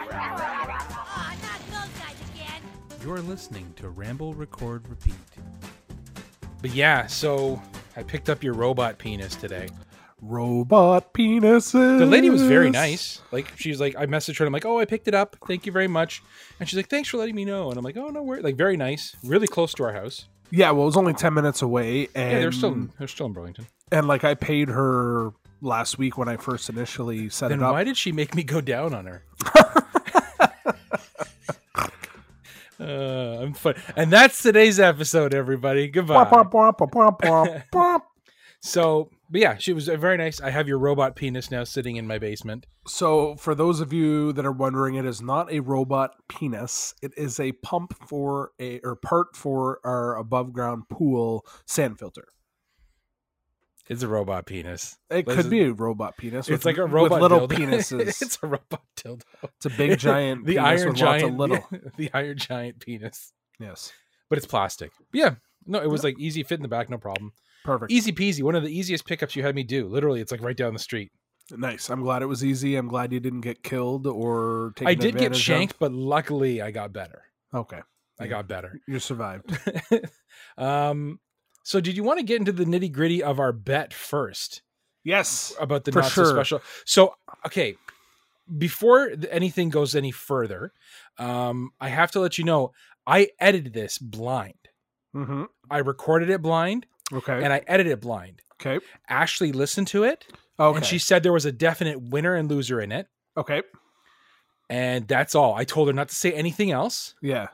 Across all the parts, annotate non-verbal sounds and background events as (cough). Aw, not those guys again. You're listening to Ramble Record Repeat. But yeah, so I picked up your robot penis today. Robot penises. The lady was very nice. Like she was like, I messaged her. And I'm like, oh, I picked it up. Thank you very much. And she's like, thanks for letting me know. And I'm like, oh no, worries. like very nice, really close to our house. Yeah, well, it was only ten minutes away, and Yeah, they're still in- they're still in Burlington. and like I paid her last week when I first initially set Then it up. why did she make me go down on her? uh, I'm fun. And that's today's episode, everybody. Goodbye. Bwah, bwah, bwah, (laughs) bwah, bwah, bwah. So, but yeah, she was uh, very nice. I have your robot penis now sitting in my basement. So, for those of you that are wondering, it is not a robot penis. It is a pump for a or part for our above ground pool sand filter. It's a robot penis. It But could is it- be a robot penis. It's with- like a robot with little dildo. (laughs) penises. it's it's, a robot dildo. a big (laughs) giant. the penis iron with giant Lots of (laughs) little. the iron giant penis. Yes, But it's plastic. But yeah. No, it was like easy fit in the back, no problem. perfect. Easy peasy. One of the easiest pickups you had me do. Literally, it's like right down the street. Nice. I'm glad it was easy. I'm glad you didn't get killed or taken. I did get advantage of. shanked, but luckily I got better. Okay, I Yeah. got better. you survived. um, so did you want to get into the nitty gritty of our bet first Yes. about the For not so sure. special? So okay, before th- anything goes any further, um, I have to let you know I edited this blind. Mm-hmm. I recorded it blind Okay. and I edited it blind. okay. Ashley listened to it Okay. and she said there was a definite winner and loser in it, okay. and that's all. I told her not to say anything else. Yeah.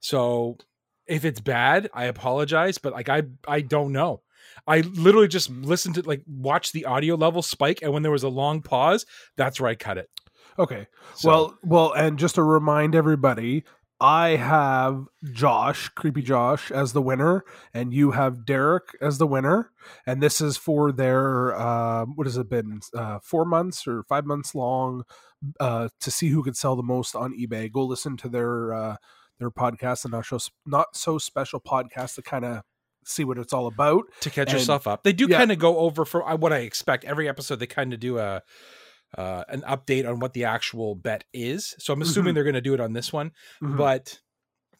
So if it's bad, I apologize, but like I I don't know. I literally just listened to like watch the audio level spike, and when there was a long pause, that's where I cut it. Okay. So- Well, well, and just to remind everybody, I have Josh, creepy Josh, as the winner, and you have Derek as the winner. And this is for their uh, what has it been uh, four months or five months long uh, to see who could sell the most on eBay. Go listen to their uh, their podcast, the not so not so special podcast, to kind of see what it's all about. to catch And- yourself up, they do yeah. kind of go over for uh, what I expect every episode. They kind of do a uh, an update on what the actual bet is. So I'm assuming Mhm. they're going to do it on this one, Mhm. but.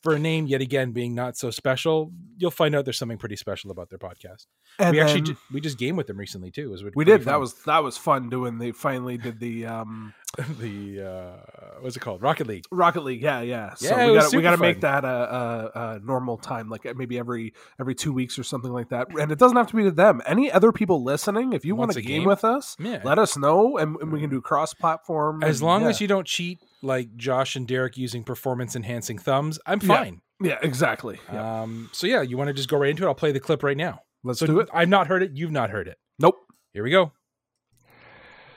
For a name yet again being not so special, you'll find out there's something pretty special about their podcast. and we actually then- ju- we just game with them recently too. It was we pretty did fun. that was that was fun doing. They finally did the um, (laughs) the uh what's it called rocket league Rocket League, yeah, yeah. So Yeah, it we was got we super got to make fun. that a, a, a normal time, like uh, maybe every every two weeks or something like that. And it doesn't have to be to them. Any other people listening, if you want Wants to a game, game? with us, yeah let us know, and, and we can do cross platform. as long as you don't cheat like josh and derek using performance enhancing thumbs i'm Yeah. fine yeah, exactly. Yeah. um so yeah you want to just go right into it i'll play the clip right now Let's so do it. i've not heard it you've not heard it Nope. here we go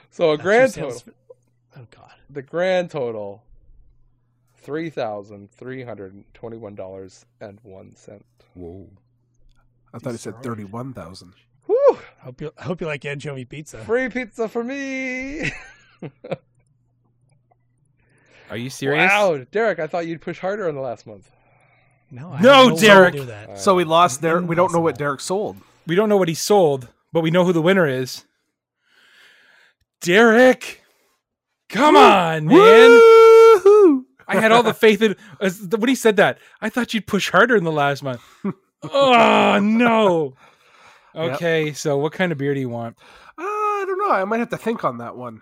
So a That's grand your total. sales- Oh God. The grand total. Three thousand three hundred and twenty-one dollars and one cent. whoa I thought he said Sorry. thirty one thousand. Whew! Hope you hope you like anchovy pizza. Free pizza for me! are you serious wow, Derek, I thought you'd push harder on the last month. No, No, have way to Derek! Do that. So we lost Derek. We don't know what Impossible. Derek sold. we don't know what he sold but we know who the winner is derek come on man Woo-hoo! I had all the faith in as, the- when he said that. I thought you'd push harder in the last month. oh no. (laughs) Yep. Okay, so what kind of beer do you want? Uh, I don't know. I might have to think on that one.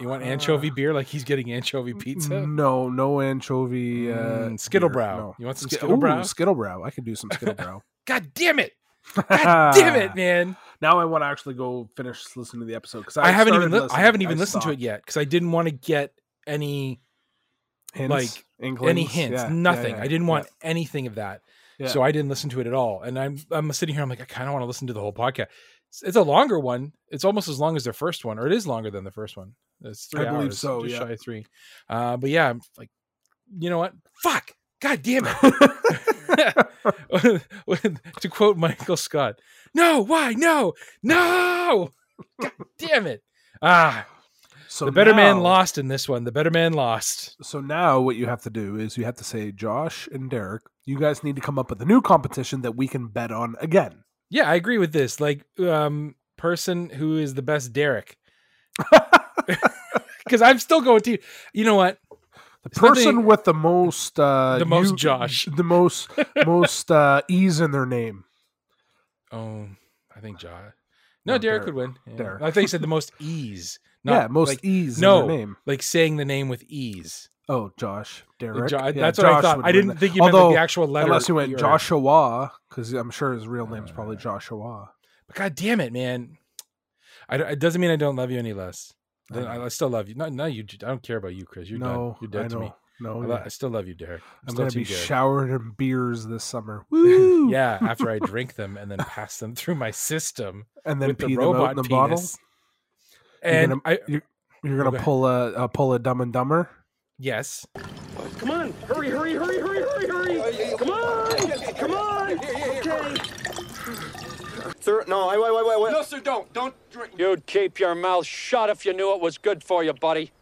You Uh, want anchovy beer like he's getting anchovy pizza? No, no anchovy. Uh, Mm, mm, beer. Skittlebrow. No. You want some Sk- Skittlebrow? Ooh, Skittlebrow. I could do some Skittlebrow. God damn it. God damn (laughs) it, man. Now I want to actually go finish listening to the episode because I, haven't even li- I haven't even listened to it yet cuz I didn't want to get any like, any hints, nothing. I didn't want anything of that. Yeah. So I didn't listen to it at all. And I'm I'm sitting here I'm like I kind of want to listen to the whole podcast. It's, it's a longer one. It's almost as long as their first one or it is longer than the first one. It's 3 I believe hours, so, just yeah. shy of 3. Uh but yeah, I'm like you know what? Fuck. God damn it. (laughs) to quote Michael Scott, "No, why? No. No! God damn it." Ah, So the better man now- lost in this one. The better man lost. So now what you have to do is you have to say, Josh and Derek, you guys need to come up with a new competition that we can bet on again. yeah i agree with this like um person who is the best (laughs) Derek. Because I'm still going to, you know what? The It's nothing- person with the most uh, The most Josh. (laughs) the most most uh, ease in their name. Oh, I think Josh. No, No, Derek, Derek. would win. Yeah. Derek. I think you said the most ease. (laughs) yeah, most e- like, ease no. in their name. like saying the name with ease. Oh, Josh, Derek. Jo- Yeah, that's what I Josh thought. would I win didn't that. think you meant like Although, the actual letter. Unless you went E or- Joshua, because I'm sure his real name's probably Uh, Joshua. But God damn it, man! I don't- it doesn't mean I don't love you any less. I I, I still love you. No, no, you. I don't care about you, Chris. You're no, done. You're dead I to me. know. No, I, Oh, yeah. lo- I still love you, Derek. I'm, I'm still gonna Team be Derek. showered in beers this summer. Woo! (laughs) yeah, after I drink them and then pass them through my system and (laughs) then with pee the them out in robot the bottle. penis. And gonna- I You're Go gonna ahead. pull a uh, pull a Dumb and Dumber. yes, Come on, hurry, hurry, hurry, hurry, hurry, hurry. Come on, come on. Okay. Sir, no, wait, wait, wait, wait. No, sir, don't. Don't drink. You'd keep your mouth shut if you knew it was good for you, buddy.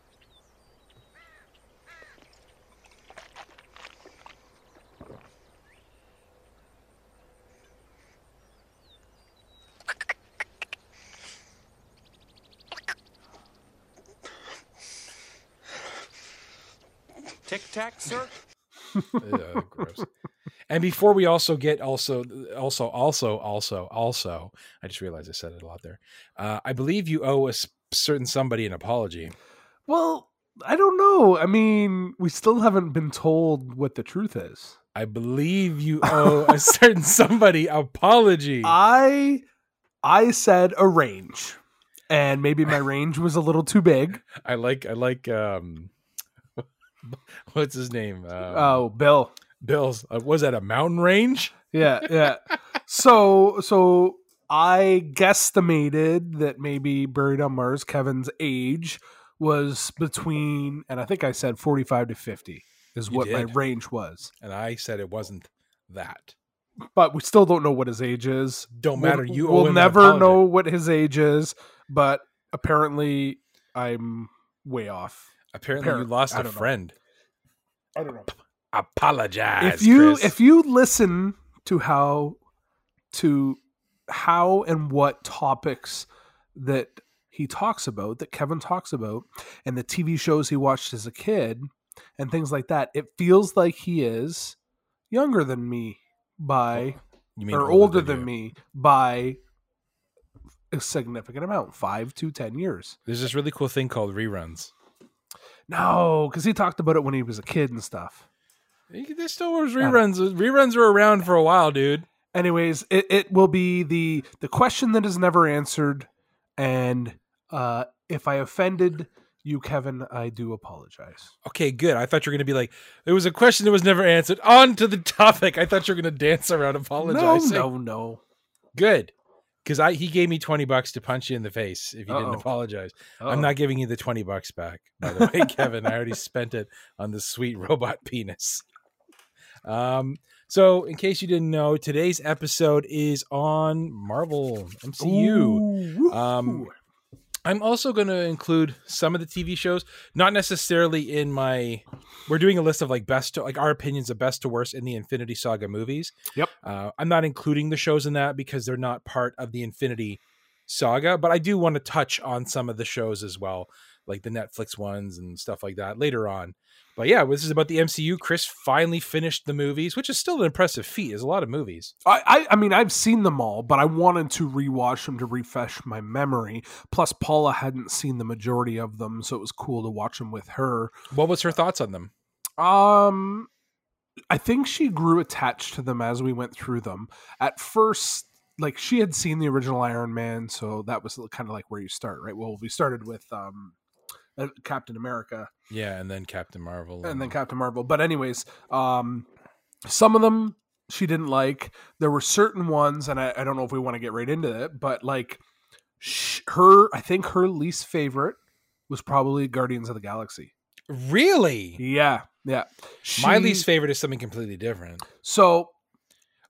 Tic tac, sir. Ugh, gross. And before we also get also also also also also, I just realized I said it a lot there. Uh, I believe you owe a s- certain somebody an apology. Well, I don't know. I mean, we still haven't been told what the truth is. I believe (laughs) you owe a certain somebody apology. I I said a range, and maybe my range was a little (laughs) too big. I like I like um, (laughs) what's his name? Um, Oh, Bill. Bill's. Uh, was that a mountain range? Yeah, yeah. so so I guesstimated that maybe buried on Mars Kevin's age was between, and I think I said forty five to fifty is You what my did. range was. And I said it wasn't that. But we still don't know what his age is. Don't We'll- matter. You owe we'll him an never apology. know what his age is, but apparently I'm way off. Apparently, Apparent- you lost I a don't know. friend. I don't know. Apologize. if you Chris. if you listen to how to how and what topics that he talks about that Kevin talks about and the TV shows he watched as a kid and things like that it feels like he is younger than me by you or older than, me by a significant amount 5 to 10 years There's this really cool thing called reruns. no cuz he talked about it when he was a kid and stuff There still was reruns. Reruns were around for a while, dude. anyways it, it will be the the question that is never answered and uh if i offended you kevin i do apologize Okay, good. I thought you were gonna be like, there was a question that was never answered. On to the (laughs) topic. I thought you were gonna dance around no apologizing. no no Good. Because I he gave me twenty bucks to punch you in the face if you Uh-oh. didn't apologize. Uh-oh. I'm not giving you the twenty bucks back, by the (laughs) way, Kevin. I already spent it on the sweet robot (laughs) penis. Um, so in case you didn't know, today's episode is on Marvel MCU. Ooh, Um, woohoo. I'm also going to include some of the TV shows, not necessarily in my. We're doing a list of like best, to, like our opinions of best to worst in the Infinity Saga movies. Yep. Uh, I'm not including the shows in that because they're not part of the Infinity Saga, but I do want to touch on some of the shows as well, like the Netflix ones and stuff like that later on. But yeah, this is about the MCU. Chris finally finished the movies, which is still an impressive feat. Is a lot of movies. I, I i mean i've seen them all but i wanted to rewatch them to refresh my memory plus paula hadn't seen the majority of them so it was cool to watch them with her What was her thoughts on them? Um, I think she grew attached to them as we went through them. At first, like she had seen the original Iron Man, so that was kind of like where you start, right? Well, we started with um, uh, Captain America Yeah, and then Captain Marvel, and then Captain Marvel. But anyways, um, some of them she didn't like. There were certain ones, and I, I don't know if we want to get right into it, but like sh- her, I think her least favorite was probably Guardians of the Galaxy. really. Yeah, yeah. My She- least favorite is something completely different. So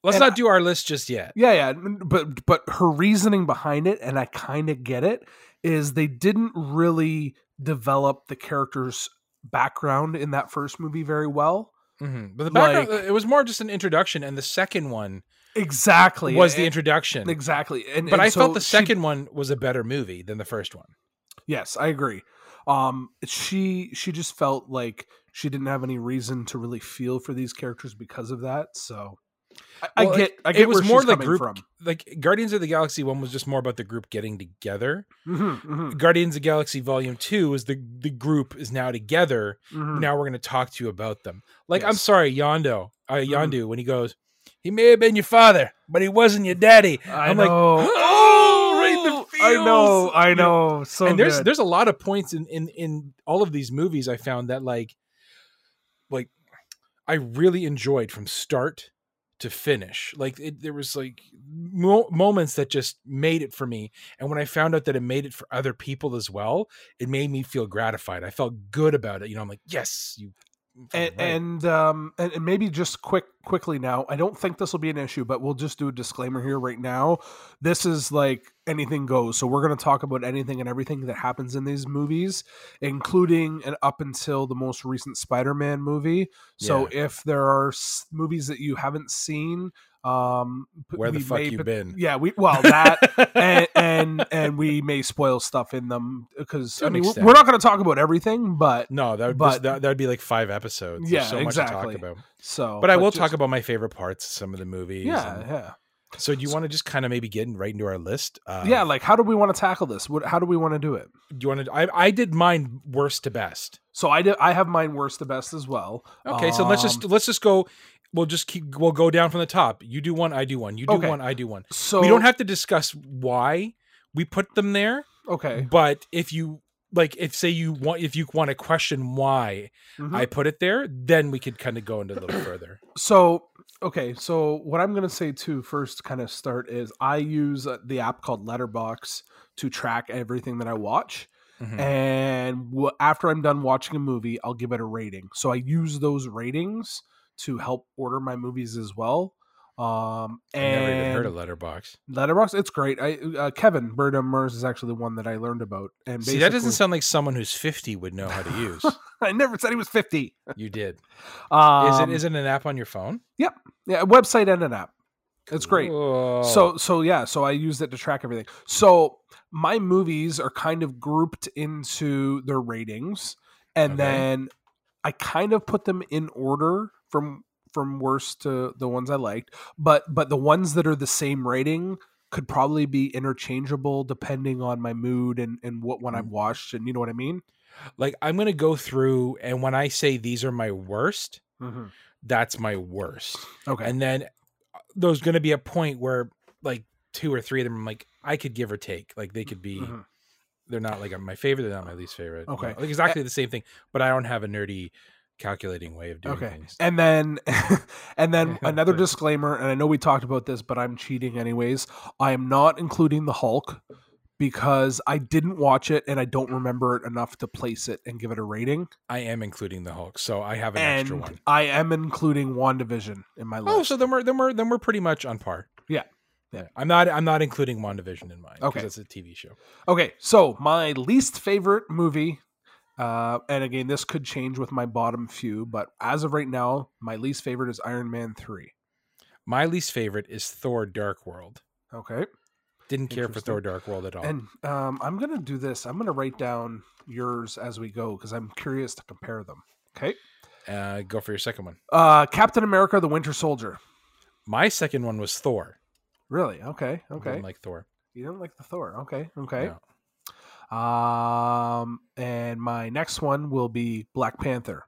Let's And not do our list just yet. Yeah, yeah, n- but but her reasoning behind it, and I kind of get it, is they didn't really develop the character's background in that first movie very well. Mhm. But the Like- background, it was more just an introduction, and the second one exactly was the and- introduction. exactly and But and I so felt the she- second one was a better movie than the first one. Yes, I agree. Um, she she just felt like she didn't have any reason to really feel for these characters because of that. So I, Well, I get I it get was where more she's like coming group- from. Like Guardians of the Galaxy one was just more about the group getting together. Mhm, mhm, Guardians of the Galaxy Volume Two is the the group is now together. mhm. Now we're going to talk to you about them. Like I'm Yes. Hmm. sorry, Yondo, uh, Yondu, when he goes, he may have been your father, but he wasn't your daddy. I I'm like, know. (gasps) oh, right in the I know. feels. I Yeah. know. So and there's good. there's a lot of points in in in all of these movies I found that like like I really enjoyed from start to finish. Like it, there was like mo- moments that just made it for me, and when I found out that it made it for other people as well, it made me feel gratified. I felt good about it. You know, I'm like, yes, you. and, fucking right. and um and, and maybe just quick quickly now i don't think this will be an issue but we'll just do a disclaimer here right now this is like anything goes so we're going to talk about anything and everything that happens in these movies including and up until the most recent spider-man movie so if there are s- movies that you haven't seen um p- where the we fuck may you pot- been? yeah we well (laughs) that and, and and we may spoil stuff in them because To I an mean, extent. we're not going to talk about everything, but no, that would but- that would be like five episodes. There's Yeah, so much exactly. to talk about. so. But I will just- talk about my favorite parts, of some of the movies. Yeah, and- yeah. So do you want to just kind of maybe get in right into our list? Uh, yeah like how do we want to tackle this what how do we want to do it Do you want to? I, I did mine worst to best. so i do, i have mine worst to best as well Okay, so let's just Um, let's just go. We'll just keep. We'll go down from the top. You do one. I do one. You do Okay. one. I do one. so we don't have to discuss why we put them there, okay but if you like, if say you want, if you want to question why Mhm. I put it there, then we could kind of go into a little further. so okay so what i'm going to say too first to kind of start is i use uh, the app called letterbox to track everything that i watch Mhm. and wh- after i'm done watching a movie i'll give it a rating so i use those ratings to help order my movies as well um I and never even heard of Letterbox. Letterbox, it's great. I uh, Kevin Burnham Mers is actually the one that I learned about, and See, that doesn't basically- sound like someone who's fifty would know how to use. (laughs) I never said he was fifty. you did. Um, Is it? Is it an app on your phone? yeah, a website and an app. It's great. Cool. So so yeah, so I use it to track everything. So my movies are kind of grouped into their ratings, and Okay. then I kind of put them in order from from worst to the ones I liked. But but the ones that are the same rating could probably be interchangeable depending on my mood and and what one I've watched, and you know what I mean. like I'm gonna go through and when I say these are my worst, that's my worst. Okay. And then uh, there's gonna be a point where like two or three of them I'm like I could give or take. Like they could be Mhm. they're not like my favorite, they're not my least favorite. you Okay. know, like exactly the same thing, but I don't have a nerdy calculating way of doing okay things. and then (laughs) and then Yeah, (laughs) another please. disclaimer and i know we talked about this but i'm cheating anyways i am not including the hulk because i didn't watch it and i don't remember it enough to place it and give it a rating I am including the Hulk, so I have an and extra one. i am including wandavision in my list Oh, so then we're then we're then we're pretty much on par. Yeah. Yeah. I'm not I'm not including WandaVision in mine. Okay. Okay. That's a TV show. Okay, so my least favorite movie, uh, and again, this could change with my bottom few, but as of right now, my least favorite is Iron Man 3. My least favorite is Thor Dark World. Okay. Didn't care for Interesting. Thor Dark World at all. And um, I'm going to do this. I'm going to write down yours as we go because I'm curious to compare them. Okay. uh, go for your second one. Uh, Captain America, the Winter Soldier. My second one was Thor. Really? Okay. I Okay. didn't like Thor. you don't like the Thor. Okay. Okay. Um, and my next one will be Black Panther.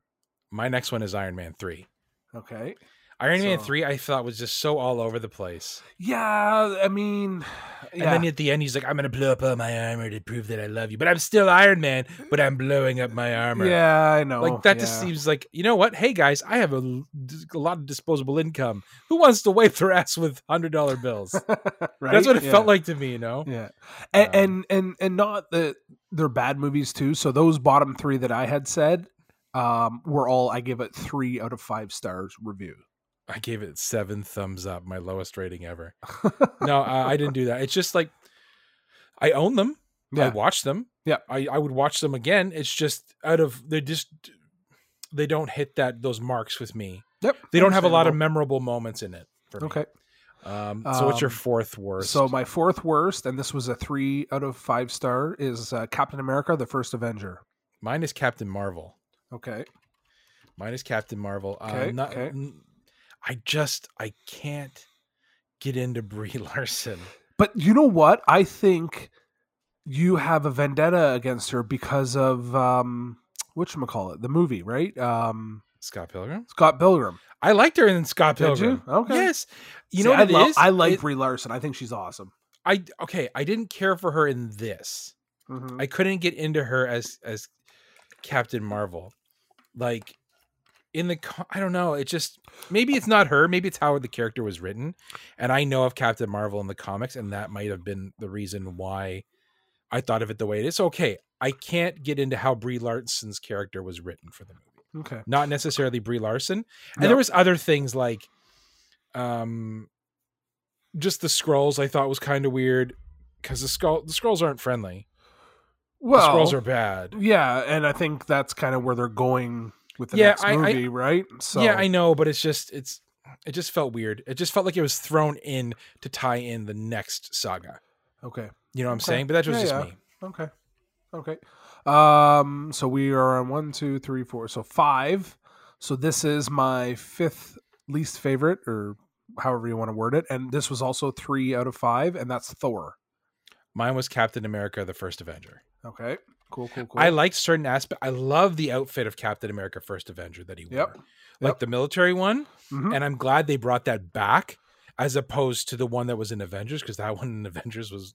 My next one is Iron Man 3. Okay. Iron Man So- 3, I thought was just so all over the place. Yeah. I mean, (sighs) yeah. And then at the end, he's like, I'm going to blow up all my armor to prove that I love you, but I'm still Iron Man, but I'm blowing up my armor. Yeah, I know. Like, that just yeah. seems like, you know what? Hey, guys, I have a, l- a lot of disposable income. Who wants to wipe their ass with $100 bills? (laughs) (laughs) Right? That's what it Yeah. felt like to me, you know? (laughs) Yeah, and, Um, and and and not that they're bad movies too. So those bottom three that I had said um, were all I give it three out of five stars review. I gave it seven thumbs up, my lowest rating (laughs) ever. no, I, I didn't do that. It's just like I own them. I Yeah. watch them. Yeah. I, I would watch them again. It's just out of they just they don't hit that those marks with me. Yep, They don't have a lot of memorable moments in it. For me. Okay, Um, so what's your Um, fourth worst? So my fourth worst, and this was a three out of five star, is uh, Captain America: The First Avenger. mine is Captain Marvel. Okay, Mine is Captain Marvel. Okay, uh, not, okay. n- I just I can't get into Brie (laughs) Larson. but you know what? I think you have a vendetta against her because of um, which call it the movie, right? Um, Scott Pilgrim. Scott Pilgrim. I liked her in Scott Did you? Pilgrim. Okay. Yes. You See, know what I, it lo- is? I like It- Brie Larson. I think she's awesome. I okay. I didn't care for her in this. Mhm. I couldn't get into her as as Captain Marvel. Like in the co- I don't know, it just maybe it's not her, maybe it's how the character was written. And I know of Captain Marvel in the comics and that might have been the reason why I thought of it the way it is. Okay, I can't get into how Brie Larson's character was written for the movie. okay. Not necessarily Brie Larson. And No. there was other things like um just the scrolls I thought was kind of weird cuz the skull the scrolls aren't friendly. the Well, scrolls are bad. yeah, and I think that's kind of where they're going with the Yeah, next I- I- movie, right? So Yeah, I know, but it's just it's it just felt weird. It just felt like it was thrown in to tie in the next saga. okay. You know what I'm Okay. saying? But that was Yeah, just yeah. me. Okay. Okay. Um, so we are on one, two, three, four. So five. So this is my fifth least favorite, or however you want to word it. And this was also three out of five, and that's Thor. Mine was Captain America: The First Avenger. Okay. Cool, cool, cool. I liked certain aspect. I love the outfit of Captain America: First Avenger that he wore, Yep. like Yep. the military one. Mhm. And I'm glad they brought that back as opposed to the one that was in Avengers because that (laughs) one in Avengers was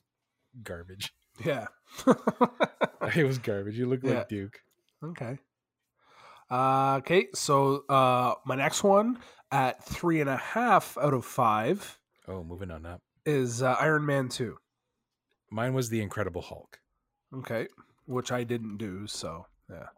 garbage. (laughs) yeah. (laughs) it was garbage. You look Yeah. like Duke. okay. Uh, okay. So uh, my next one at three and a half out of five Oh, moving on up. is uh, Iron Man 2. Mine was the Incredible Hulk. Okay, which I didn't do. So yeah,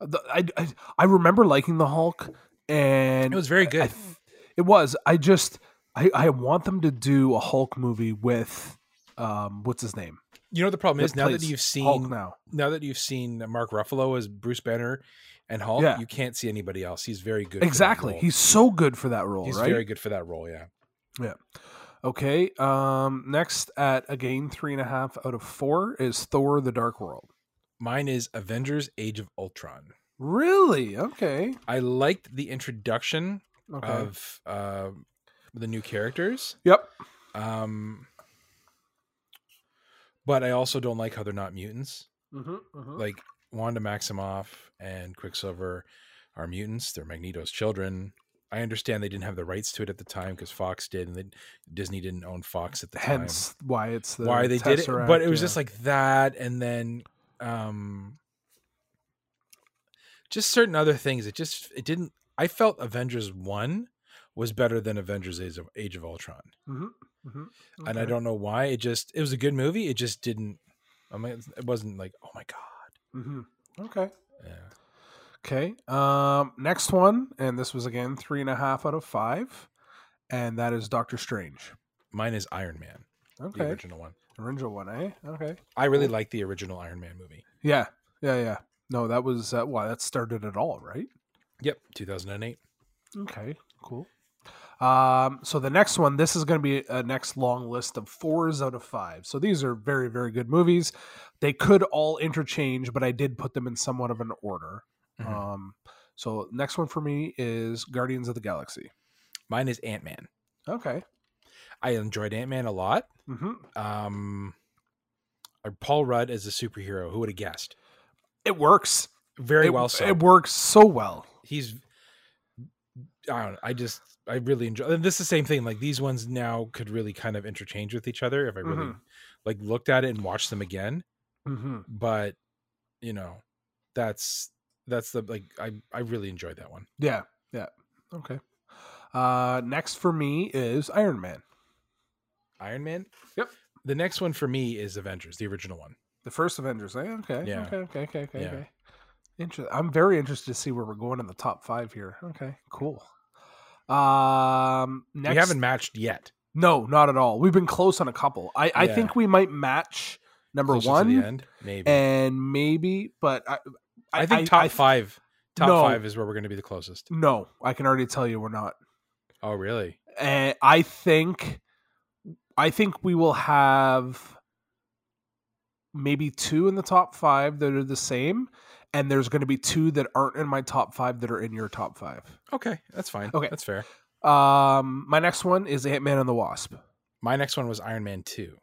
The- I I, I remember liking the Hulk, and It was very I- I good. th- it was. I just I I want them to do a Hulk movie with um what's his name? You know what the problem That is now that plays you've seen Hulk now. now that you've seen Mark Ruffalo as Bruce Banner and Hulk, Yeah. you can't see anybody else. He's very good. for that Exactly. role. He's so good for that role, He's right? very good for that role. Yeah. Okay. Um. Next at again three and a half out of four is Thor: The Dark World. Mine is Avengers: Age of Ultron. Really? Okay. I liked the introduction Okay. of uh, the new characters, yep. um, but I also don't like how they're not mutants. hmm Like Wanda Maximoff and Quicksilver are mutants. They're Magneto's children. I understand they didn't have the rights to it at the time because Fox did, and they, Disney didn't own Fox at the time. Hence why it's the why they did it. Tesseract, But it was yeah. just like that, and then um just certain other things. It just it didn't. I felt Avengers One was better than Avengers Age of Age of Ultron, and I Mm-hmm, Okay. don't know why. It just it was a good movie. It just didn't. I mean, it wasn't like oh my god. Mhm. Okay. Yeah. Okay. Um, next one, and this was again three and a half out of five, and that is Doctor Strange. Mine is Iron Man, the Okay. original one. Original one, eh? Okay. I really like the original Iron Man movie. Yeah. Yeah. Yeah. No, that was uh, why that started it all, right? Yep, two thousand and eight. Okay. Cool. Um, so the next one, this is going to be a next long list of fours out of five. So these are very, very good movies. They could all interchange, but I did put them in somewhat of an order. Mhm. Um, so next one for me is Guardians of the Galaxy. Mine is Ant Man. Okay. I enjoyed Ant Man a lot. Mm-hmm. um uh, Paul Rudd as a superhero. Who would have guessed? It works Very It- well so. It works so well. He's I don't know, I just I really enjoy and this is the same thing. Like these ones now could really kind of interchange with each other if I really like looked at it and watched them again. Mm-hmm. But you know, that's that's the like I I really enjoyed that one. Yeah. Yeah. Okay. Uh, next for me is Iron Man, Iron Man? Yep. The next one for me is Avengers, the original one. the first Avengers. eh? Okay. Yeah. Okay. Okay. Okay. Okay. Yeah. Okay. Interesting. I'm very interested to see where we're going in the top five here. Okay. Cool. Um, next. We haven't matched yet. No, not at all. We've been close on a couple. I, I Yeah. think we might match number Closer to the one end, maybe. and maybe, but I, I, think top I- five, top No. five is where we're going to be the closest. No, I can already tell you we're not. Oh, really? and Eh, I think I think we will have maybe two in the top five that are the same, and there's going to be two that aren't in my top five that are in your top five. Okay, that's fine. Okay. that's fair. Um, my next one is Ant Man and the Wasp. My next one was Iron Man Two.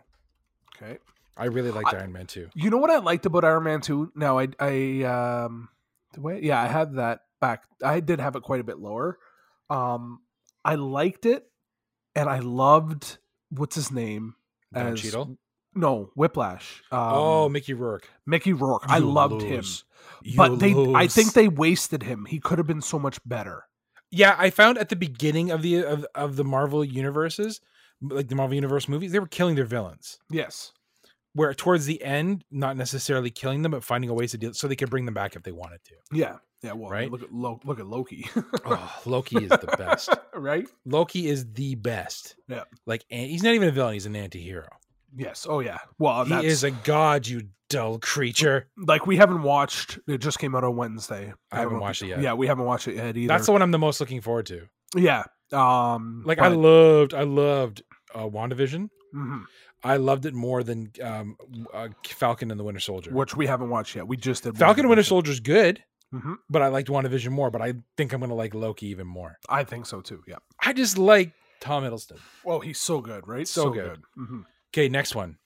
Okay. I really liked I- Iron Man Two. You know what I liked about Iron Man Two? No, I I um the way yeah, I had that back. I did have it quite a bit lower. Um, I liked it, and I loved what's his name Don as- Cheadle. No, Whiplash. Um, oh, Mickey Rourke. Mickey Rourke. I You loved lose. him, You but they I lose. think they wasted him. He could have been so much better. Yeah, I found at the beginning of the of, of the Marvel universes, like the Marvel Universe movies, they were killing their villains. Yes. Where towards the end, not necessarily killing them, but finding a ways to deal so they could bring them back if they wanted to. Yeah. Yeah. Well, Right? look at Lo- look at Loki. (laughs) Oh, Loki is the best. right. (laughs) Loki is the best. Yeah. Like an- he's not even a villain, he's an anti-hero. Yes. Oh yeah. Well, he that's is a god, you dull creature. like we haven't watched. It just came out on Wednesday. I haven't watched it yet. Yeah, we haven't watched it yet either. That's the one I'm the most looking forward to. yeah. Um, Like I but- loved I loved uh WandaVision. Mhm. I loved it more than um uh, Falcon and the Winter Soldier. which we haven't watched yet. We just did Falcon and Winter WandaVision. Soldier's good, Mhm. but I liked WandaVision more, but I think I'm going to like Loki even more. I think so too. Yeah. I just like Tom Hiddleston. Well, he's so good, right? So good. Mhm. Okay, next one.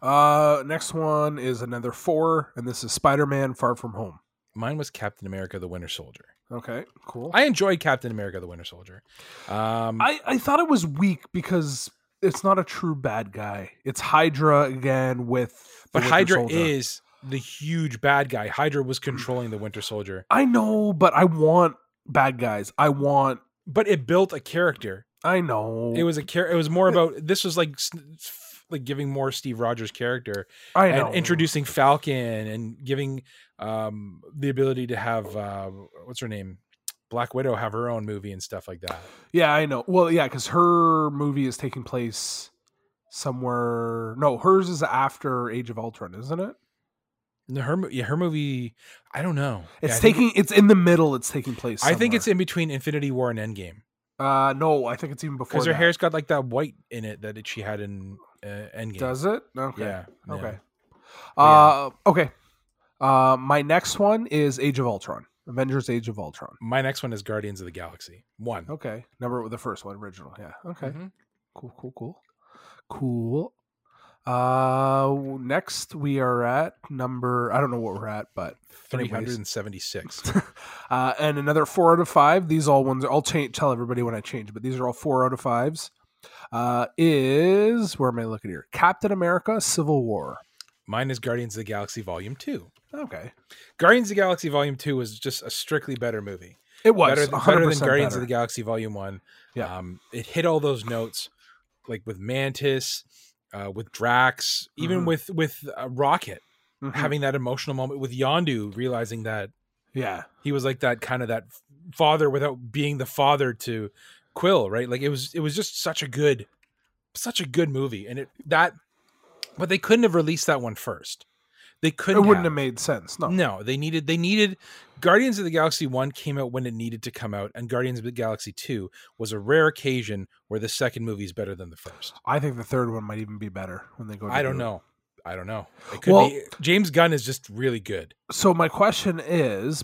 Uh, next one is another four, and this is Spider-Man: Far From Home. Mine was Captain America the Winter Soldier. Okay, cool. I enjoyed Captain America the Winter Soldier. Um, I, I thought it was weak because it's not a true bad guy. It's Hydra again with the but Winter Hydra Soldier. is the huge bad guy. Hydra was controlling the Winter Soldier, I know, but I want bad guys. I want. but it built a character. I know. It was a char- It was more about this was like s- f- like giving more Steve Rogers character I know. and introducing Falcon and giving um, the ability to have uh, what's her name Black Widow have her own movie and stuff like that. Yeah, I know. Well, yeah, because her movie is taking place somewhere. No, hers is after Age of Ultron, isn't it? No, Her mo- yeah, her movie I don't know. Yeah, It's I think- taking. it's in the middle. It's taking place. I think it's somewhere. in between Infinity War and Endgame Uh, no, I think it's even before. because her that. hair's got like that white in it that it, she had in uh, Endgame. does it. Okay. Yeah. yeah. Okay. yeah. Uh, okay. Uh, my next one is Age of Ultron. Avengers: Age of Ultron. My next one is Guardians of the Galaxy one. Okay, number the first one, original. Yeah. Okay. Mhm. Cool. Cool. Cool. Cool. Uh, w- next we are at number. I don't know what we're at, but Three anyways. hundred and (laughs) seventy-six. uh, and another four out of five. These all ones. I'll change. Tell everybody when I change, but these are all four out of fives. Uh, is where am I looking here? Captain America: Civil War. Mine is Guardians of the Galaxy Volume Two. Okay, Guardians of the Galaxy Volume Two was just a strictly better movie. it was better, 100% th- better than Guardians better. of the Galaxy Volume One. Yeah. um, it hit all those notes, like with Mantis, uh, with Drax, even Mhm. with with uh, Rocket Mhm. having that emotional moment with Yondu, realizing that yeah, he was like that kind of that father without being the father to Quill, right? Like it was it was just such a good, such a good movie, and it that, but they couldn't have released that one first. They it couldn't. wouldn't have. have made sense. (laughs) No, No, they needed they needed Guardians of the Galaxy 1 came out when it needed to come out and Guardians of the Galaxy 2 was a rare occasion where the second movie is better than the first. I think the third one might even be better when they go. To I do don't it. know. I don't know. It could Well- be James Gunn is just really good. So my question is,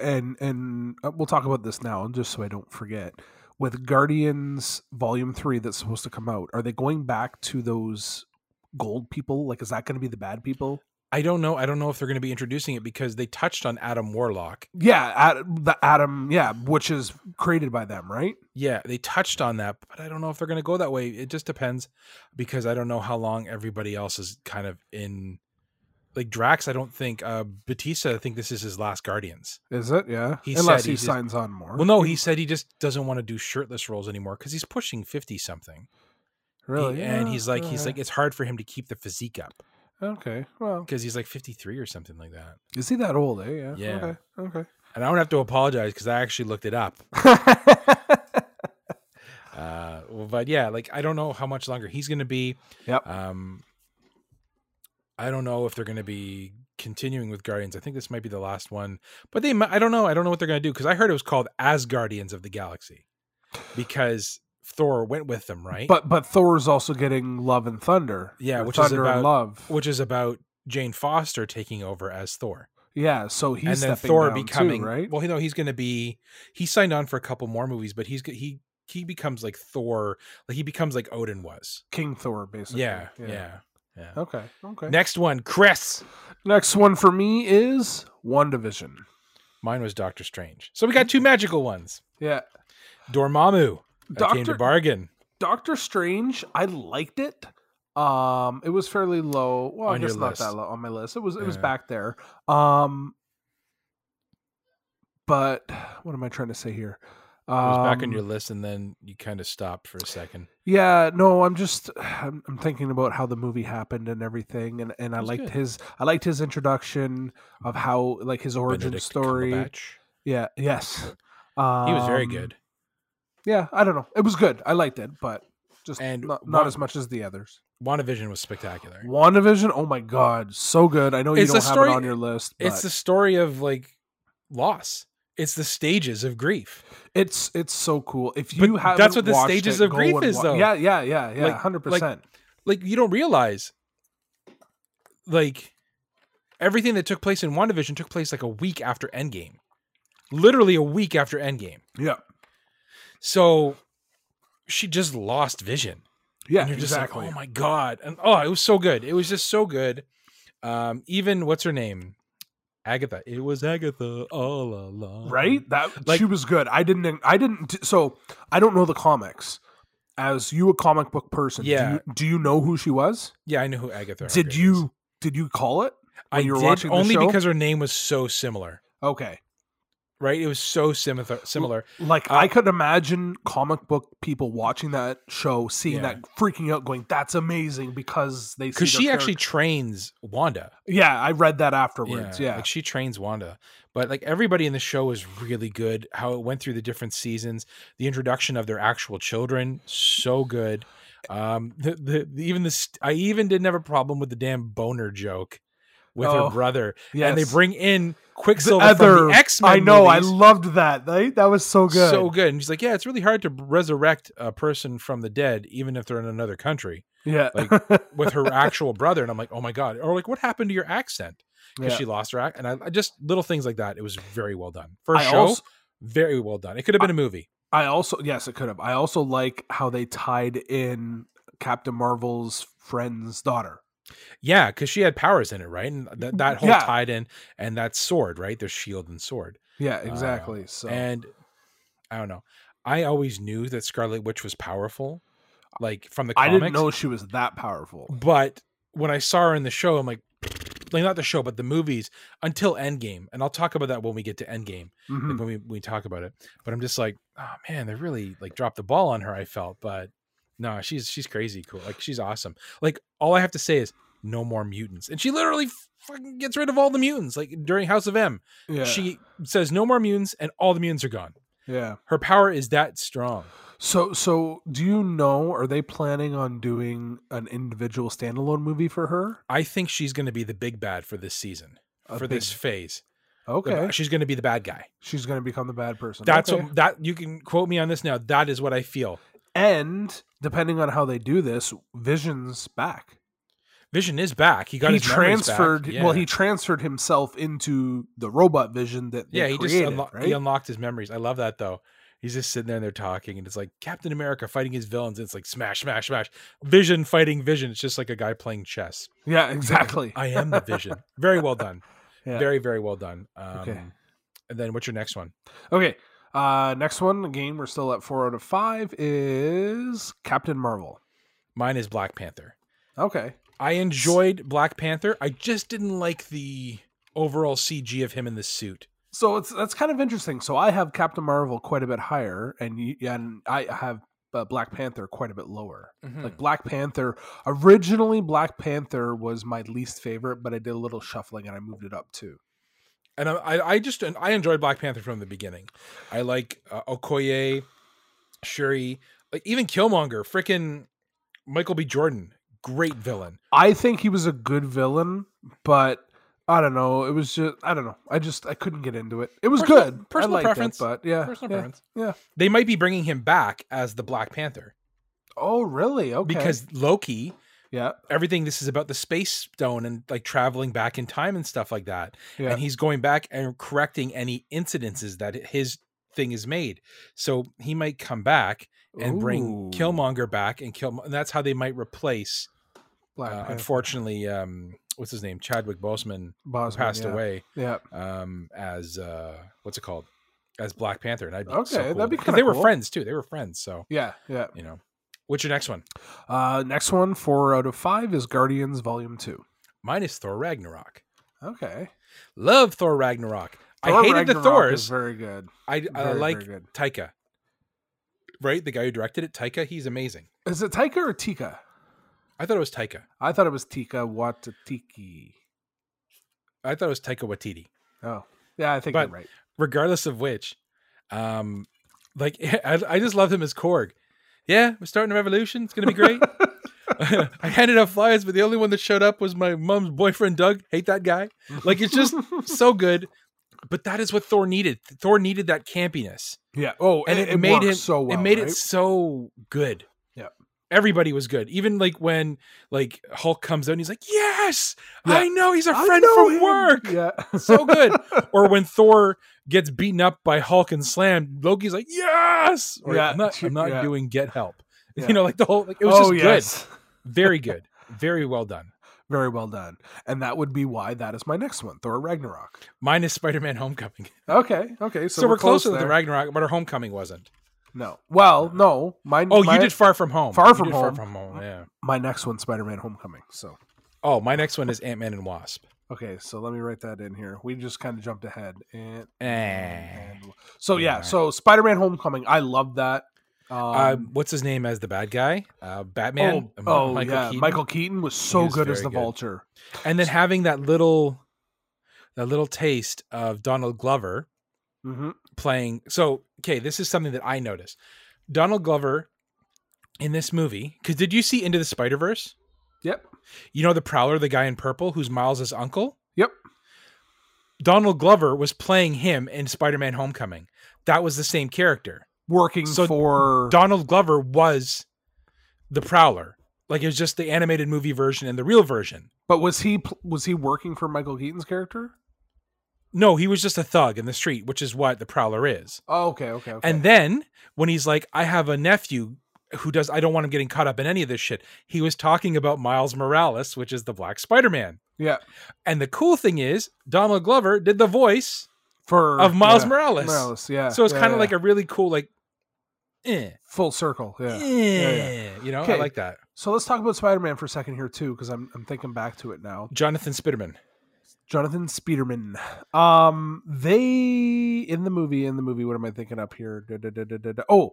and and uh, we'll talk about this now, just so I don't forget. With Guardians Volume Three that's supposed to come out, are they going back to those gold people? Like, is that going to be the bad people? I don't know. I don't know if they're going to be introducing it because they touched on Adam Warlock. Yeah, Ad, the Adam. Yeah, which is created by them, right? Yeah, they touched on that, but I don't know if they're going to go that way. It just depends because I don't know how long everybody else is kind of in like Drax, I don't think uh Batista, I think this is his last Guardians. Is it? Yeah. He Unless said he he's just- signs on more. Well, no, he said he just doesn't want to do shirtless roles anymore because he's pushing fifty something, He- really. and Yeah, he's like, he's okay. like, it's hard for him to keep the physique up okay. Well, because he's like fifty three or something like that. is he that old? Eh? Yeah. Yeah. Okay. Okay. And I don't have to apologize because I actually looked it (laughs) up. (laughs) Uh, well, but yeah, like I don't know how much longer he's going to be. Yep. Um, I don't know if they're going to be continuing with Guardians. I think this might be the last one, but they. mi- I don't know. I don't know what they're going to do because I heard it was called As Guardians of the Galaxy because Thor went with them, right? But but Thor's also getting Love and Thunder. Yeah, Or which is Thunder and about- Love. which is about Jane Foster taking over as Thor, yeah, so he's and then stepping Thor down becoming too, right. Well, you know, he's going to be he signed on for a couple more movies, but he's g- he he becomes like Thor, like he becomes like Odin was. King Thor, basically. yeah, yeah, yeah. Okay. Okay. Next one, Chris. Next one for me is One Division. Mine was Doctor Strange. So we got two magical ones. Yeah. Dormammu. That came to Doctor- bargain Doctor Strange, I liked it. Um, it was fairly low. Well, I On your guess not that list. low on my list. It was it was Yeah. back there. Um, but what am I trying to say here? Um, it was back on your list, and then you kind of stopped for a second. Yeah, no, I'm just (sighs) I'm, I'm thinking about how the movie happened and everything, and and I That's liked good. his I liked his introduction of how like his origin Benedict story. Cumberbatch. Yeah. Yes. He was very Um, good. Yeah, I don't know. It was good. I liked it, but just And not, not one- as much as the others. WandaVision was spectacular. WandaVision, oh my god, so good. I know you It's a don't have story- it on your list, but It's the story of like loss. It's the stages of grief. it's it's so cool. If But you have that's what the stages of grief is, though. Yeah, yeah, yeah, yeah, Like- hundred like- percent. Like you don't realize, like everything that took place in WandaVision took place like a week after Endgame, literally a week after Endgame. Yeah, So she just lost vision. yeah, and you're just exactly. like, oh my god, and oh, it was so good. It was just so good. Um, even what's her name, Agatha. It was Agatha all along, right? That Mm-hmm. Like- she was good. I didn't. I didn't. d- So I don't know the comics. As you, a comic book person, Yeah. Do you, do you know who she was? Yeah, I know who Agatha. did Hargreaves is. you did you call it? I you were did watching the only show? because her name was so similar. Okay, Right? It was so similar. Similar. like I could imagine comic book people watching that show, seeing Yeah. that, freaking out, going, "That's amazing!" Because they Because see she their actually trains Wanda. Yeah, I read that afterwards. Yeah. Like she trains Wanda. But like everybody in the show is really good. How it went through the different seasons, the introduction of their actual children, so good. Um the, the, the- even this I even didn't have a problem with the damn boner joke with Oh, her brother. yes. And they bring in Quicksilver from other the X-Men. I know. movies. I loved that. Right? That was so good. So good. And she's like, yeah, it's really hard to resurrect a person from the dead, even if they're in another country, yeah. (laughs) like, with her actual brother. And I'm like, oh my God. Or like, what happened to your accent? Because Yeah. she lost her accent. And I, I just, little things like that. It was very well done. For a I show, also, very well done. It could have been a movie. I also yes, it could have. I also like how they tied in Captain Marvel's friend's daughter. Yeah, because she had powers in it, right? And that, that whole Mm-hmm. Yeah. tied in and that sword, right? There's shield and sword. Yeah, Uh, exactly. so And I don't know. I always knew that Scarlet Witch was powerful, like from the I comics. didn't know she was that powerful. but when I saw her in the show, I'm like, like not the show, but the movies until Endgame, and I'll talk about that when we get to Endgame, Mhm. like when we, we talk about it. But I'm just like, oh man, they really like dropped the ball on her. I felt, but no, she's she's crazy cool, like she's awesome. Like all I have to say is no more mutants, and she literally fucking gets rid of all the mutants. Like during House of M, Yeah, she says no more mutants, and all the mutants are gone. yeah. Her power is that strong. So so do you know? Are they planning on doing an individual standalone movie for her? I think she's going to be the big bad for this season, A for big- this phase. The Okay, ba- she's going to be the bad guy. she's going to become the bad person. That's okay. what that you can quote me on this now. That is what I feel. and depending on how they do this, Vision's back. Vision is back. He got he his memories back. transferred. Yeah. Well, he transferred himself into the robot Vision that they yeah he created. just unlo- right? he unlocked his memories. I love that though. He's just sitting there and they're talking and it's like Captain America fighting his villains. It's like smash, smash, smash. Vision fighting Vision. It's just like a guy playing chess. yeah, (laughs) exactly. I am the Vision. very well done. (laughs) Yeah. Very very well done. Um, Okay. And then what's your next one? Okay. Uh, next one, again, we're still at four out of five, is Captain Marvel. Mine is Black Panther. Okay. I enjoyed Black Panther. I just didn't like the overall CG of him in the suit. So it's that's kind of interesting. So I have Captain Marvel quite a bit higher, and you, and I have uh, Black Panther quite a bit lower. Mm-hmm. Like Black Panther, originally Black Panther was my least favorite, but I did a little shuffling and I moved it up too. and I- I, I just I enjoyed Black Panther from the beginning. I like uh, Okoye, Shuri, like even Killmonger, freaking Michael B. Jordan, great villain. I think he was a good villain, but I don't know. It was just I don't know. I just I couldn't get into it. It was Personal- good. personal I liked preference. It, but yeah, Personal yeah, preference. Yeah. They might be bringing him back as the Black Panther Oh, really? Okay. because Loki, yeah, everything this is about the space stone and like traveling back in time and stuff like that. yeah. and he's going back and correcting any incidences that his thing is made. So he might come back and bring Ooh. Killmonger back, and kill. And that's how they might replace. Black uh, Panther. unfortunately, um, what's his name? Chadwick Boseman Bosman, passed yeah. away Yeah. um, as uh, what's it called? As Black Panther, and I'd be Okay, that'd be because kinda they were cool. friends too. They were friends, so Yeah. Yeah. you know. What's your next one? Uh, next one, four out of five, is Guardians Volume Two. Mine is Thor Ragnarok. Okay. Love Thor Ragnarok. I Thor hated the Ragnarok Thors. is Very good. I, I very, like very good. Taika, right? The guy who directed it, Taika. He's amazing. Is it Taika or Tika? I thought it was Taika. I thought it was Tika Watatiki. I thought it was Taika Waititi. Oh, yeah, I think But- you're right. Regardless of which, um, like (laughs) I, I just love him as Korg. Yeah, we're starting a revolution. It's gonna be (laughs) great. (laughs) I handed out flyers, but the only one that showed up was my mom's boyfriend, Doug. Hate that guy. Like it's (laughs) just so good. But that is what Thor needed. Thor needed that campiness. Yeah. Oh, and it, made works it so well. It made right? it so good. Yeah. Everybody was good. Even like when like Hulk comes out and he's like, Yes, Yeah. I know he's a I friend know from him! work. (laughs) Yeah. So good. or when Thor gets beaten up by Hulk and slammed, Loki's like, Yes. Or, Yeah. I'm not I'm not Yeah. doing get help. (laughs) Yeah. You know, like the whole like, it was oh, just yes. (laughs) good. Very good. Very well done. Very well done. And that would be why that is my next one, Thor Ragnarok. Minus Spider Man Homecoming. Okay. Okay. So, So, we're closer there. to the Ragnarok, but our homecoming wasn't. No. Well, no. Mine. Oh, my, you did Far From Home. Far You From did Home. Far From Home. Yeah. my next one, Spider-Man: Homecoming. So Oh, my next one is Ant Man and Wasp. okay. So let me write that in here. We just kind of jumped ahead. And, Eh. so yeah. All right. So Spider-Man: Homecoming. I love that. Um, uh, what's his name as the bad guy? Uh, Batman. oh, M- oh, yeah, Keaton. Michael Keaton was so was good as very the good. Vulture. And then having that little, that little taste of Donald Glover hmm playing. So okay, this is something that I noticed. Donald Glover in this movie. Because did you see Into the Spider Verse? Yep. You know the Prowler, the guy in purple, who's Miles's uncle. Yep. Donald Glover was playing him in Spider Man Homecoming. That was the same character. Working So, for Donald Glover was the Prowler. Like it was just the animated movie version and the real version. But was he pl- was he working for Michael Keaton's character? No, he was just a thug in the street, which is what the Prowler is. Oh, okay, okay, okay. And then when he's like, I have a nephew who does, I don't want him getting caught up in any of this shit, he was talking about Miles Morales, which is the Black Spider Man. yeah, And the cool thing is, Donald Glover did the voice for of Miles yeah, Morales. Morales, yeah. So it's yeah, kind of yeah. like a really cool, like, eh, full circle. Yeah. eh, you know, I Okay. like that. So let's talk about Spider Man for a second here too, because I'm I'm thinking back to it now. Jonathan Spiderman. Jonathan Speederman. Um, they in the movie in the movie. What am I thinking up here? Da, da, da, da, da, da. Oh,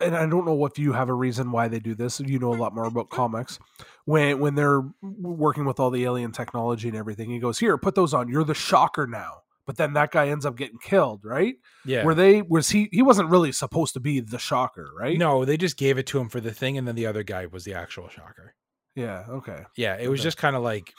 and I don't know if you have a reason why they do this. You know a lot more about comics. When when they're working with all the alien technology and everything, he goes, "Here, put those on. You're the Shocker now." But then that guy ends up getting killed, right? Yeah. Were they? Was he? He wasn't really supposed to be the Shocker, right? No, they just gave it to him for the thing, and then the other guy was the actual shocker. Yeah. Okay. Yeah, it was Okay. just kind of like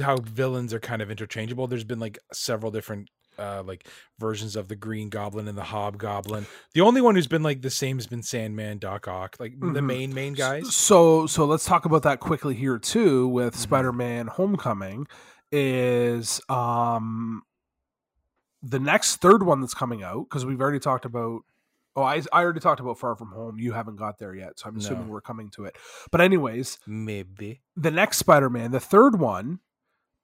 how villains are kind of interchangeable. There's been like several different uh like versions of the Green Goblin and the Hobgoblin. The only one who's been like the same has been Sandman, Doc Ock, like the Mhm. main main guys. So so let's talk about that quickly here too with Mhm. Spider-Man Homecoming is um the next third one that's coming out because we've already talked about oh I I already talked about Far From Home you haven't got there yet so I'm assuming No. we're coming to it. But anyways, Maybe. the next Spider-Man, the third one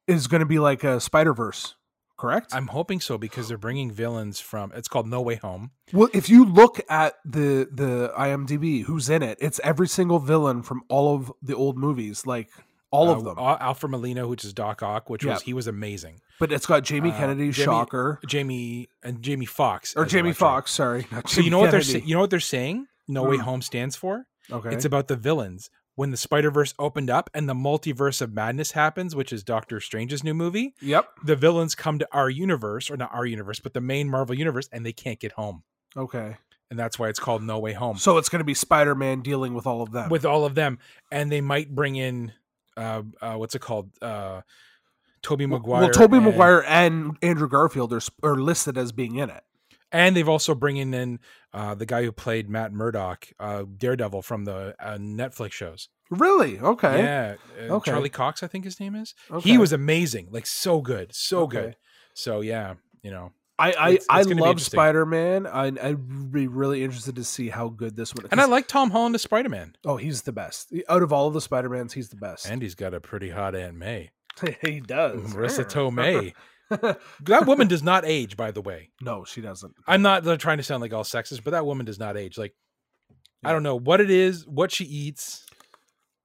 is going to be like a Spider-Verse, correct? I'm hoping so because they're bringing villains from it's called No Way Home. Well, if you look at the the IMDb, who's in it? It's every single villain from all of the old movies, like all Uh, of them. Al- Alfred Molina, which is Doc Ock, which Yeah. was he was amazing. But it's got Jamie Uh, Kennedy, Jamie- Shocker, Jamie and Jamie Fox or Jamie Fox. Fox. Sorry, not So Jamie you know what they're sa- Kennedy. you know what they're saying? No Way Hmm. Home stands for. Okay, It's about the villains. When the Spider Verse opened up and the multiverse of madness happens, which is Doctor Strange's new movie, yep. the villains come to our universe, or not our universe, but the main Marvel universe, and they can't get home, Okay, and that's why it's called No Way Home so it's going to be Spider Man dealing with all of them. with all of them, and they might bring in uh, uh, what's it called? Uh, Toby Well- Maguire. Well, Toby and- Maguire and Andrew Garfield are, sp- are listed as being in it. and they've also bringing in uh, the guy who played Matt Murdock, uh, Daredevil from the uh, Netflix shows. Really? Okay. Yeah, uh, Okay. Charlie Cox, I think his name is. Okay. He was amazing, like so good, so Okay. good. So yeah, you know, I I, it's- it's I gonna be love interesting. Spider Man. I I'd be really interested to see how good this one. and I like Tom Holland as Spider (laughs) Man, Oh, he's the best. Out of all of the Spider Mans, he's the best. and he's got a pretty hot Aunt May, (laughs) he does. (laughs) Marissa Tomei. that woman does not age, by the way. (laughs) no, she doesn't. I'm not like, trying to sound like all sexist, but that woman does not age. Like, I don't know what it is, what she eats.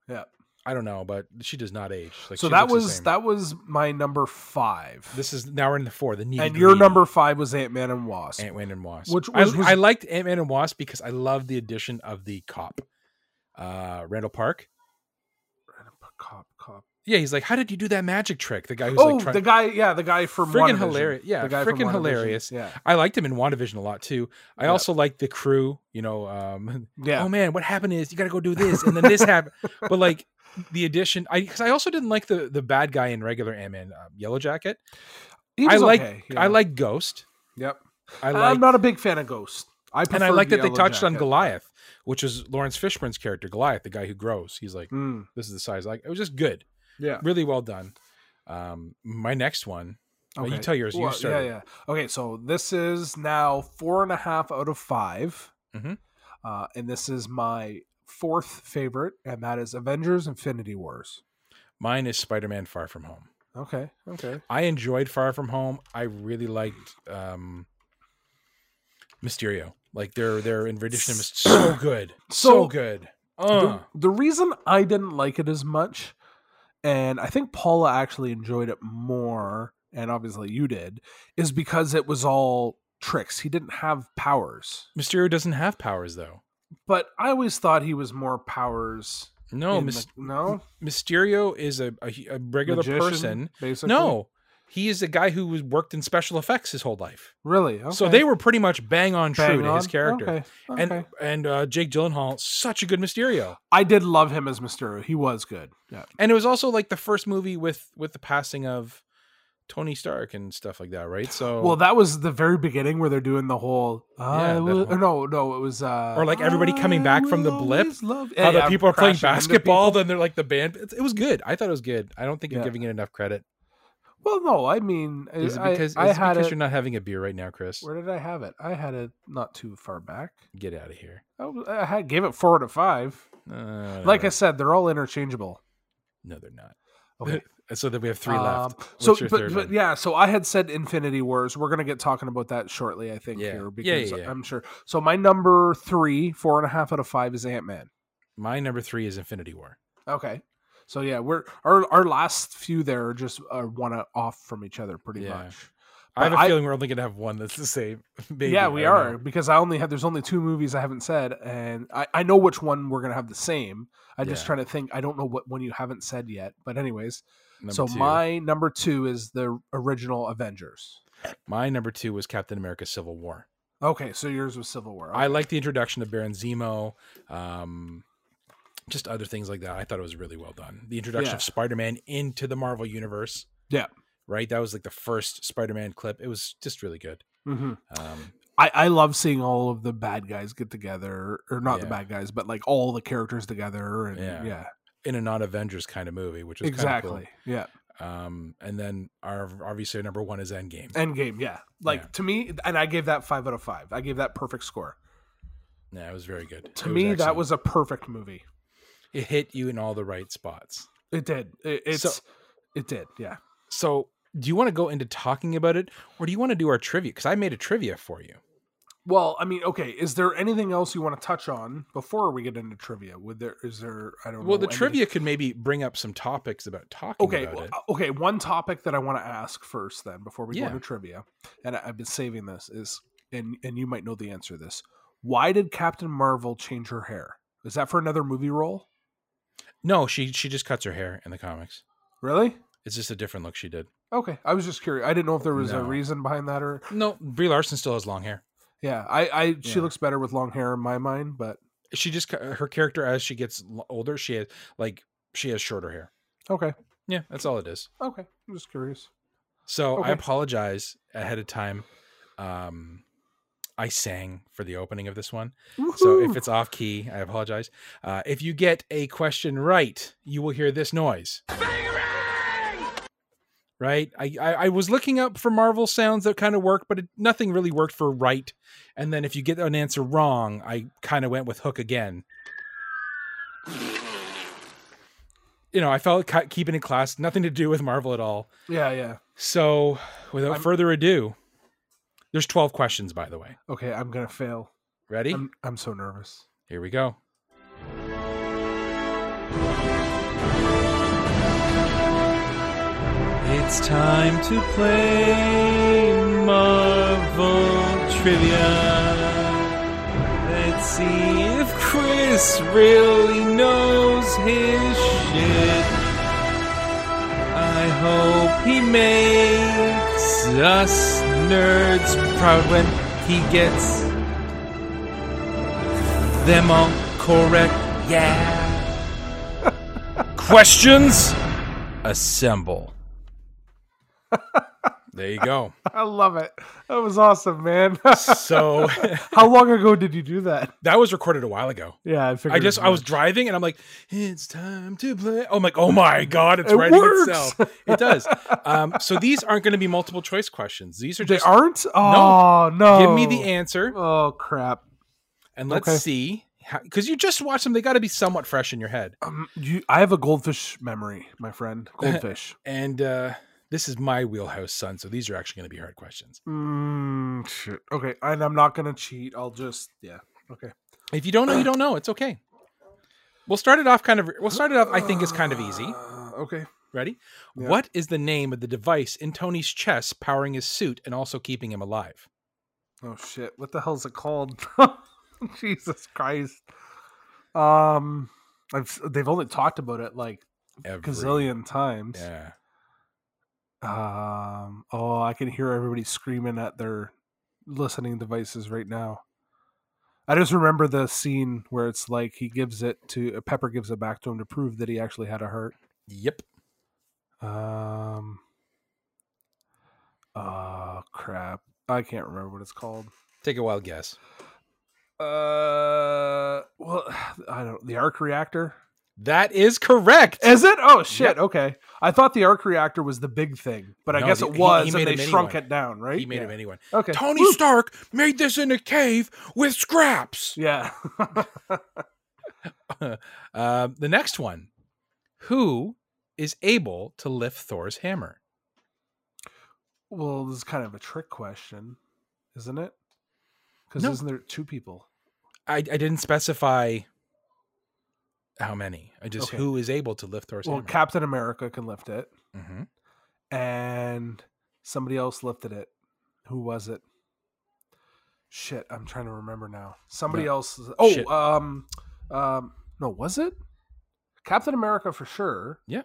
Yeah. I don't know, but she does not age. Like, so she that looks the was same. that was my number five. This is now we're in the four. The and nitty-gritty. your number five was Ant Man and Wasp. Ant Man and Wasp, Which which I, was- was- I liked Ant Man and Wasp because I love the addition of the cop, uh, Randall Park. Cop, cop. Yeah, he's like, how did you do that magic trick? The guy who's Oh, like trying. the guy. Yeah, the guy from Friggin' WandaVision. hilarious. Yeah, the guy from friggin' WandaVision. hilarious. Um, Yeah, I liked him in WandaVision a lot too. I Yeah. also liked the crew. You know, um, (laughs) yeah. oh man, what happened is you got to go do this and then this (laughs) happened. But like the addition, I because I also didn't like the the bad guy in regular Ant Man, uh, Yellow Jacket. He I was like okay, I yeah. like Ghost. Yep. I I like am not a big fan of Ghost. I and I preferred like that they Yellow touched on Jacket. Goliath, which is Lawrence Fishburne's character, Goliath, the guy who grows. He's like, Mm, this is the size. Like, it was just good, yeah. really well done. Um, my next one, well, Oh, you tell yours. You Well, started. Yeah, yeah. Okay, so this is now four and a half out of 5 Mhm. uh, and this is my fourth favorite, and that is Avengers: Infinity Wars. Mine is Spider-Man: Far From Home. Okay, okay. I enjoyed Far From Home. I really liked um, Mysterio. Like their their rendition of Myst- so good, so, So- good. The, Uh, the reason I didn't like it as much, and I think Paula actually enjoyed it more, and obviously you did, is because it was all tricks. He didn't have powers, Mysterio doesn't have powers though. but I always thought he was more powers. No, in Mys- the- no Mysterio is a, a, a regular Magician, person. basically. No, he is a guy who was worked in special effects his whole life. really. Okay. So they were pretty much bang on true Bang to his on? character. Okay, And okay. and uh, Jake Gyllenhaal, such a good Mysterio. I did love him as Mysterio. He was good. Yeah. And it was also like the first movie with with the passing of Tony Stark and stuff like that, right? So Well, that was the very beginning where they're doing the whole. I that will- whole- No, no, it was. Uh, Or, like, everybody coming back from the will blip. always love- how Yeah, the yeah, people are playing crashing into basketball, then they're like the band. It, it was good. I thought it was good. I don't think Yeah. I'm giving it enough credit. people. Well, no, I mean, Is it I- because I, is it had because it. you're not having a beer right now, Chris? where did I have it? I had it not too far back. Get out of here. I, was- I had, gave it four out of five. Uh, Like I said, they're all interchangeable. no, they're not. (laughs) Okay. (laughs) so then we have three Um, left. What's so, your but, third but one? yeah, so I had said Infinity Wars. We're gonna get talking about that shortly, I think. Yeah. Here, because Yeah, yeah, yeah. I'm sure. So my number three, four and a half out of five is Ant Man. My number three is Infinity War. Okay. So yeah, we're our our last few there are just uh, one off from each other, pretty Yeah. much. I have a But I- feeling we're only gonna have one that's the same. (laughs) Maybe, yeah, I we don't are know. because I only have there's only two movies I haven't said, and I I know which one we're gonna have the same. I'm just Yeah. trying to think. I don't know what one you haven't said yet, but anyways. Number so two. my number two is the original Avengers. my number two was Captain America: Civil War. Okay, so yours was Civil War. I like the introduction of Baron Zemo, um, just other things like that. I thought it was really well done. The introduction Yeah. of Spider-Man into the Marvel universe. Yeah. right. That was like the first Spider-Man clip. It was just really good. hmm Um, I, I love seeing all of the bad guys get together, or not the Yeah. bad guys, but like all the characters together, and yeah, Yeah. in a non-Avengers kind of movie, which was exactly, Kind yeah. of cool. Um, and then our obviously our number one is Endgame. Endgame, yeah. Like Yeah. to me, and I gave that five out of five. I gave that perfect score. Yeah, it was very good. To It me, that excellent. was a perfect movie. it hit you in all the right spots. It did. It, it's So- it did. Yeah. So, do you want to go into talking about it, or do you want to do our trivia? Because I made a trivia for you. Well, I mean, okay. Is there anything else you want to touch on before we get into trivia? Would there? Is there? I don't know. Well, the any- trivia could maybe bring up some topics about talking Okay. about well, uh it. Okay. One topic that I want to ask first, then, before we Yeah. go into trivia, and I- I've been saving this is, and and you might know the answer to this. Why did Captain Marvel change her hair? Is that for another movie role? No, she she just cuts her hair in the comics. Really? It's just a different look she did. Okay, I was just curious. I didn't know if there was a No. reason behind that or No, Brie Larson still has long hair. yeah. I, I she Yeah. looks better with long hair in my mind, but She just cu- her character as she gets l- older, she has like she has shorter hair. Okay. Yeah, that's all it is. Okay. I'm just curious. So Okay. I apologize ahead of time. Um, I sang for the opening of this one. So if it's off key, I apologize. Uh, if you get a question right, you will hear this noise. Right? I, I, I was looking up for Marvel sounds that kind of work, but it, nothing really worked for right. And then if you get an answer wrong, I kind of went with hook again. You know, I felt ki- keeping it class, nothing to do with Marvel at all. yeah, yeah. So, without further ado, there's 12 questions, by the way. Okay, I'm gonna fail. Ready? I'm, I'm so nervous. Here we go. It's time to play Marvel Trivia. Let's see if Chris really knows his shit. I hope he makes us nerds proud when he gets them all correct. Yeah. Questions? Assemble. There you go. I love it. That was awesome, man. so, (laughs) (laughs) How long ago did you do that? that was recorded a while ago. Yeah, I figured. I just, as I was much. driving and I'm like, it's time to play. I'm like, oh (laughs) my God, it's It writing works. itself. It does. Um, so, these aren't going to be multiple choice questions. These are They just aren't. Oh no! give me the answer Oh crap! and let's okay. see. Because you just watched them, they got to be somewhat fresh in your head. Um, you, I have a goldfish memory, my (laughs) friend. Goldfish. And uh, this is my wheelhouse, son. So, these are actually going to be hard questions. mm, shit. Okay, and I'm not gonna cheat. I'll just yeah. Okay. If you don't know, you don't know. It's okay. We'll start it off kind of. We'll start it off. I think is kind of easy. Uh, okay. Ready? Yeah. What is the name of the device in Tony's chest, powering his suit and also keeping him alive? Oh shit! What the hell's it called? (laughs) Jesus Christ! Um, I've s- they've only talked about it like a Every- gazillion times. Yeah. Um, oh, I can hear everybody screaming at their listening devices right now. I just remember the scene where it's like he gives it to Pepper gives it back to him to prove that he actually had a heart. Yep. Um. Oh crap! I can't remember what it's called. Take a wild guess. Uh, well, (sighs) I don't. The arc reactor That is correct. is it? Oh shit! Okay, I thought the arc reactor was the big thing, but I No, guess the- it he- he was, made and they a mini shrunk one. it down, right? He made yeah. him anyone. Okay, Tony Woo! Stark made this in a cave with scraps. Yeah. (laughs) Um, the next one. Who is able to lift Thor's hammer? well, this is kind of a trick question, isn't it? Because No. isn't there two people? I, I didn't specify how many. I just Okay. who is able to lift Thor's Well, hammer. Captain America can lift it, Mhm. and somebody else lifted it. Who was it? Shit, I'm trying to remember now. Somebody No. else. Oh, Shit. um, um, no, was it Captain America for sure? Yeah.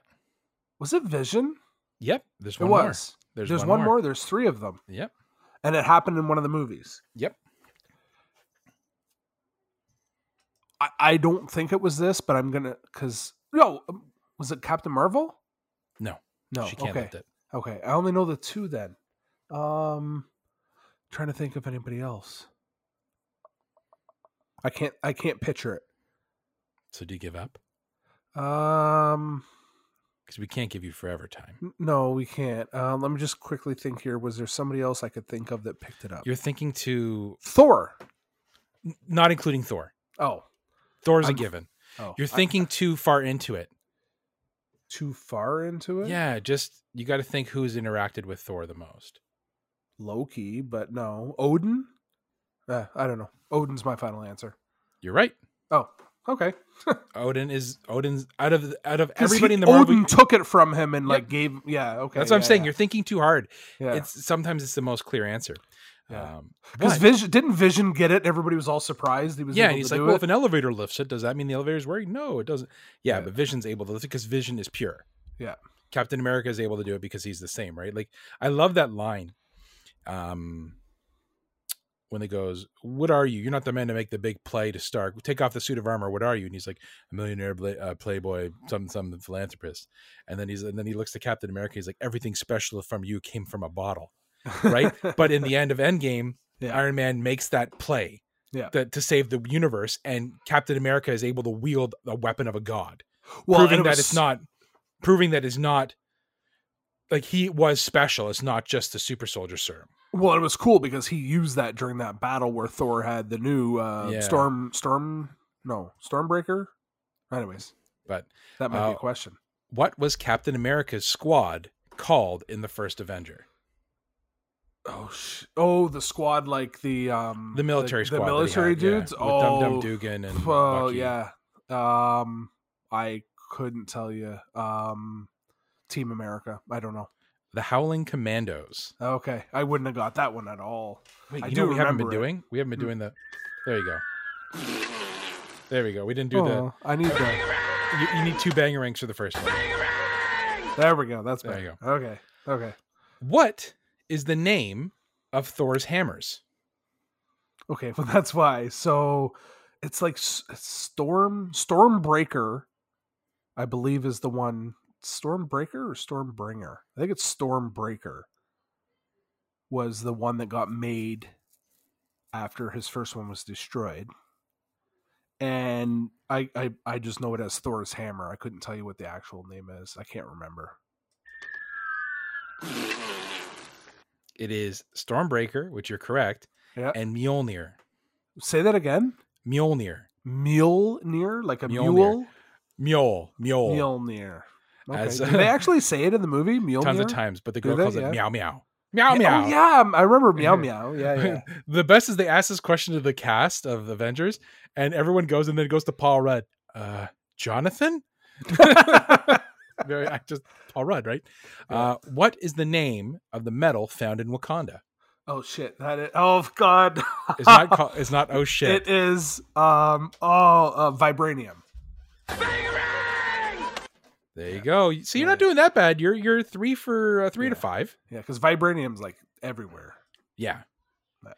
Was it Vision? Yep. There's It one more. was. There's, one, more. There's three of them, Yep. and it happened in one of the movies. Yep. I, I don't think it was this, but I'm gonna because no, um, was it Captain Marvel? No. no, she can't okay. lift it. Okay, I only know the two then. Um, trying to think of anybody else. I can't. I can't picture it. So do you give up? Um, Because we can't give you forever time. n- no, we can't. Uh, let me just quickly think here. Was there somebody else I could think of that picked it up? You're thinking to Thor. n- not including Thor. Oh, Thor's a I'm- (laughs) given. oh, You're I- thinking too far into it. too far into it. Yeah, just you got to think who's interacted with Thor the most. Loki, but no, Odin. Uh, I don't know. Odin's my final answer. You're right. Oh, okay. Odin is Odin's out of the- out of 'Cause everybody he- in the Marvel. Odin took it from him and Yep. like gave. Yeah, okay. That's what I'm yeah, saying. yeah, You're thinking too hard. yeah. It's sometimes it's the most clear answer. Yeah. Um, Because but- Vision didn't Vision get it. Everybody was all surprised. He was yeah, able and he's to like, do well, it. if an elevator lifts it, does that mean the elevator's working? No, it doesn't. Yeah, Yeah. but Vision's able to lift it because Vision is pure. Yeah. Captain America is able to do it because he's the same, right? Like, I love that line. Um, when he goes, "What are you? You're not the man to make the big play to Stark. Take off the suit of armor. What are you?" And he's like, "A millionaire bla- uh, playboy, some some philanthropist." And then he's and then he looks to Captain America. He's like, "Everything special from you came from a bottle." (laughs) right? but in the end of Endgame, Yeah. Iron Man makes that play Yeah. that, to save the universe, and Captain America is able to wield a weapon of a god, well, and proving it that was- it's not, proving that it's not like he was special. It's not just the super soldier serum. Well, it was cool because he used that during that battle where Thor had the new uh, Yeah. storm, storm, no, stormbreaker. Anyways, But that might be Uh, a question. what was Captain America's squad called in the first Avenger? Oh, sh- oh, the squad like the um The military the, squad, that he the military had, yeah, dudes. with oh, Dum Dum Dugan and oh Bucky. yeah. Um, I couldn't tell you. Um, Team America. I don't know. the Howling Commandos. Okay, I wouldn't have got that one at all. Wait, I you know do what we haven't been remember it. doing? We haven't been Hmm. doing the. There you go. There we go. We didn't do Oh, I need that. the. You, you need two bangerangs for the first one. There we go. That's There better. you Okay. Okay. What is the name of Thor's hammers? Okay, well that's why. So it's like s- Storm Stormbreaker, I believe is the one Stormbreaker or Stormbringer. I think it's Stormbreaker was the one that got made after his first one was destroyed. And I I, I just know it as Thor's hammer. I couldn't tell you what the actual name is. I can't remember. It is Stormbreaker, which you're correct, Yeah. and Mjolnir. Say that again. Mjolnir. Mule near like a Mjolnir. mule. Mjol. Mjol. Mjolnir. (laughs) Okay. As- Did they actually say it in the movie? Mjolnir? Tons of times, but the Do girl they? calls Yeah. it meow meow. Meow meow. Oh, yeah, (laughs) I remember meow meow. Yeah, yeah. the best is they ask this question to the cast of Avengers, and everyone goes, and then it goes to Paul Rudd. Uh, Jonathan? Very, I just Paul Rudd, right? Uh, what is the name of the metal found in Wakanda? (laughs) oh shit, that is. Oh god, (laughs) It's not. called it's not. Oh (laughs) shit! it is. Um, oh, uh, vibranium. there you go. So you're not doing that bad. You're you're three for uh, three to five. Yeah, because vibranium's like everywhere. Yeah. Right.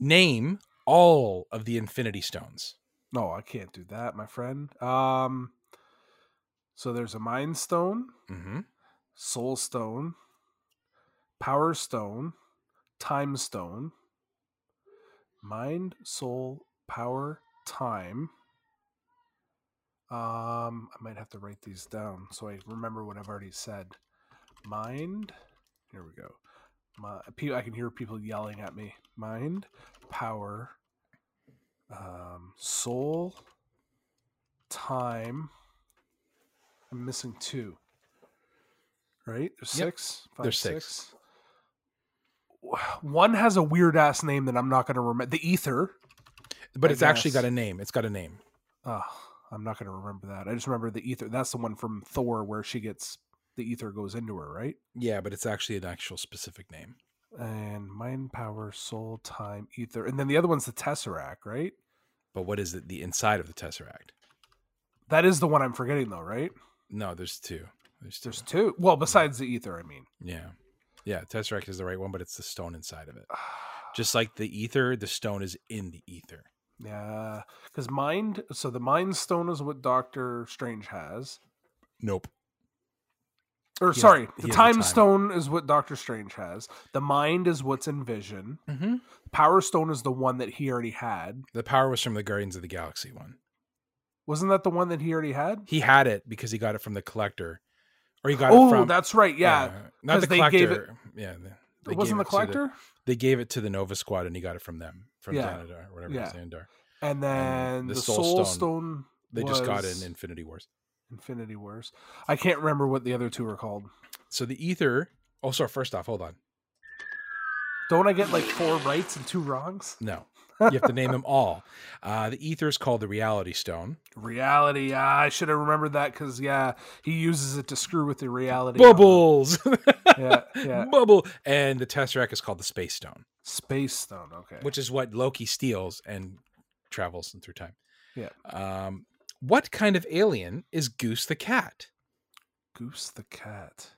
Name all of the Infinity Stones. No, I can't do that, my friend. Um, so there's a mind stone, Mm-hmm. soul stone, power stone, time stone, mind, soul, power, time. Um, I might have to write these down so I remember what I've already said. Mind, here we go. My, pe- I can hear people yelling at me. Mind, power, um, soul, time. I'm missing two. Right? There's Yep. six. Five, There's six. six. One has a weird ass name that I'm not going to remember. The ether. But I it's actually guess. got a name. It's got a name. Oh, I'm not going to remember that. I just remember the ether. That's the one from Thor where she gets the ether goes into her, right? Yeah, but it's actually an actual specific name. And mind power, soul, time, ether. And then the other one's the tesseract, right? But what is it? The inside of the Tesseract. That is the one I'm forgetting though, right? No, there's two. There's two. There's two. Mm-hmm. Well, besides the ether, I mean. yeah. Yeah, Tesseract is the right one, but it's the stone inside (sighs) of it. Just like the ether, the stone is in the ether. Yeah, because mind. So the mind stone is what Doctor Strange has. Nope. Or has- sorry, he the has the time time. stone is what Doctor Strange has. The mind is what's in Vision. Mm-hmm. Power stone is the one that he already had. The power was from the Guardians of the Galaxy one. Wasn't that the one that he already had? He had it because he got it from the collector, or he got Oh, it from Uh, that's right. Yeah, not 'cause the they gave collector. yeah, the- they it wasn't the gave it to collector. they gave it to the Nova Squad, and he got it from them, from Yeah. Xandar, whatever Yeah. Xandar. and then and the, the Soul, Soul Stone. Stone They just got it was in Infinity Wars. Infinity Wars. I can't remember what the other two are called. So the ether. Oh, sorry. First off, hold on. Don't I get like four rights and two wrongs? No, you have (laughs) to name them all. Uh, the ether is called the Reality Stone. Reality. Ah, I should have remembered that because yeah, he uses it to screw with the reality. on them. Bubbles, (laughs) Yeah, (laughs) yeah. bubble, and the Tesseract is called the Space Stone, Space Stone. Okay. which is what Loki steals and travels through time. Yeah. Um, what kind of alien is Goose the cat? Goose the cat.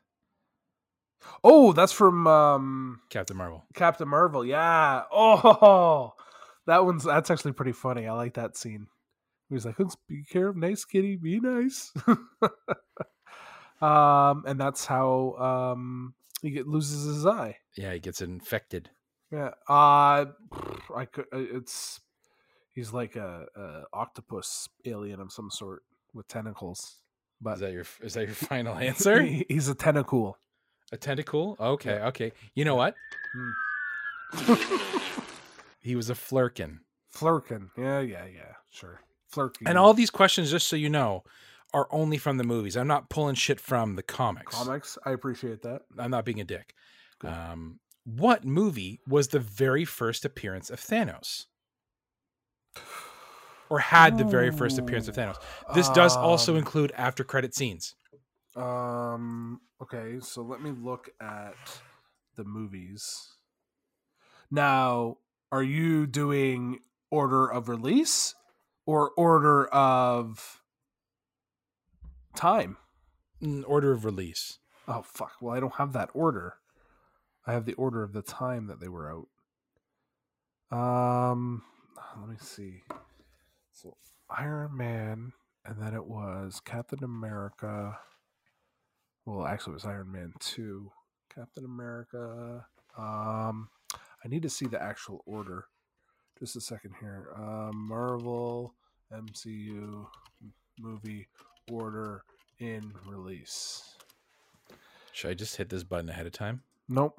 Oh, that's from um, Captain Marvel. Captain Marvel. Yeah. Oh, (laughs) that one's that's actually pretty funny. I like that scene. He was like, "Let's be care of nice kitty, be nice." (laughs) um, and that's how um he get, loses his eye. Yeah, he gets infected. Yeah. Uh, (sighs) pff, I could. uh, It's he's like a, a octopus alien of some sort with tentacles. But Is that your is (laughs) that your final answer? he- he's a tentacle. A tentacle? Okay, okay. You know what? Hmm. (laughs) he was a flurkin. Flurkin. Yeah, yeah, yeah. Sure. Flurkin. And all these questions, just so you know, are only from the movies. I'm not pulling shit from the comics. comics. I appreciate that. I'm not being a dick. Um, what movie was the very first appearance of Thanos? Or had the very first appearance of Thanos. This does also Um, include after credit scenes. Um. Okay, so let me look at the movies. Now, are you doing order of release or order of time? Mm, Order of release. Oh fuck! Well, I don't have that order. I have the order of the time that they were out. Um, let me see. So Iron Man, and then it was Captain America. Well, actually, it was Iron Man two, Captain America. Um, I need to see the actual order. Just a second here. Um, Marvel MCU movie order in release. Should I just hit this button ahead of time? Nope.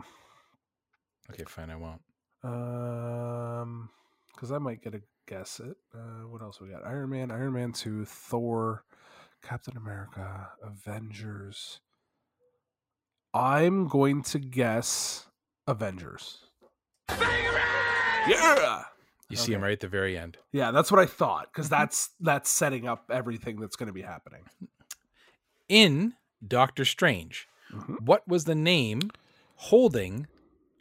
Okay, fine, I won't. Um, because I might get a guess at uh, what else we got: Iron Man, Iron Man Two, Thor, Captain America, Avengers. I'm going to guess Avengers. Yeah, You see him Okay. right at the very end. yeah, that's what I thought because that's that's setting up everything that's going to be happening. In Doctor Strange, what was the name holding,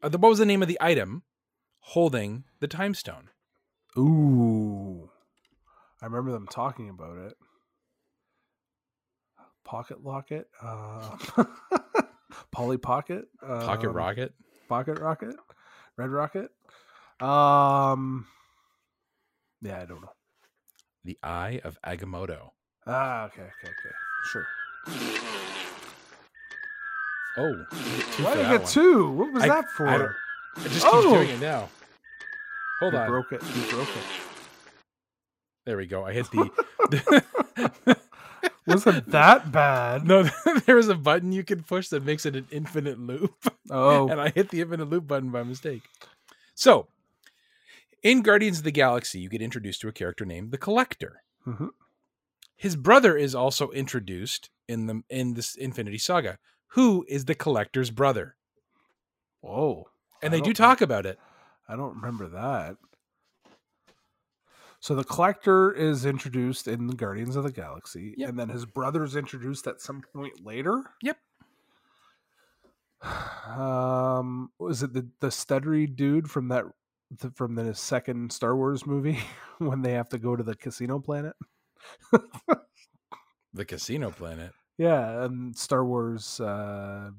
uh, the, what was the name of the item holding the time stone? Ooh, I remember them talking about it. Pocket locket, uh, (laughs) Polly Pocket, Pocket um, rocket? Pocket Rocket, Red Rocket. Um, yeah, I don't know. The Eye of Agamotto. Ah, okay, okay, okay, sure. Oh, you get two Why for did that I get one. two? What was I- that I for? don't- I just Oh! keep doing it now. Hold you on. broke it. You broke it. There we go. I hit (laughs) the. (laughs) Wasn't that bad? no, (laughs) there is a button you can push that makes it an infinite loop, (laughs) Oh, and I hit the infinite loop button by mistake. So, in Guardians of the Galaxy, you get introduced to a character named the Collector. Mhm. His brother is also introduced in the in this Infinity Saga. Who is the Collector's brother? whoa! And I they do don't know. talk about it. I don't remember that. So the collector is introduced in Guardians of the Galaxy, Yep. and then his brother's introduced at some point later. Yep. (sighs) Um, was it the the stuttery dude from that the, from the second Star Wars movie (laughs) when they have to go to the casino planet? The Casino Planet. Yeah, and Star Wars uh,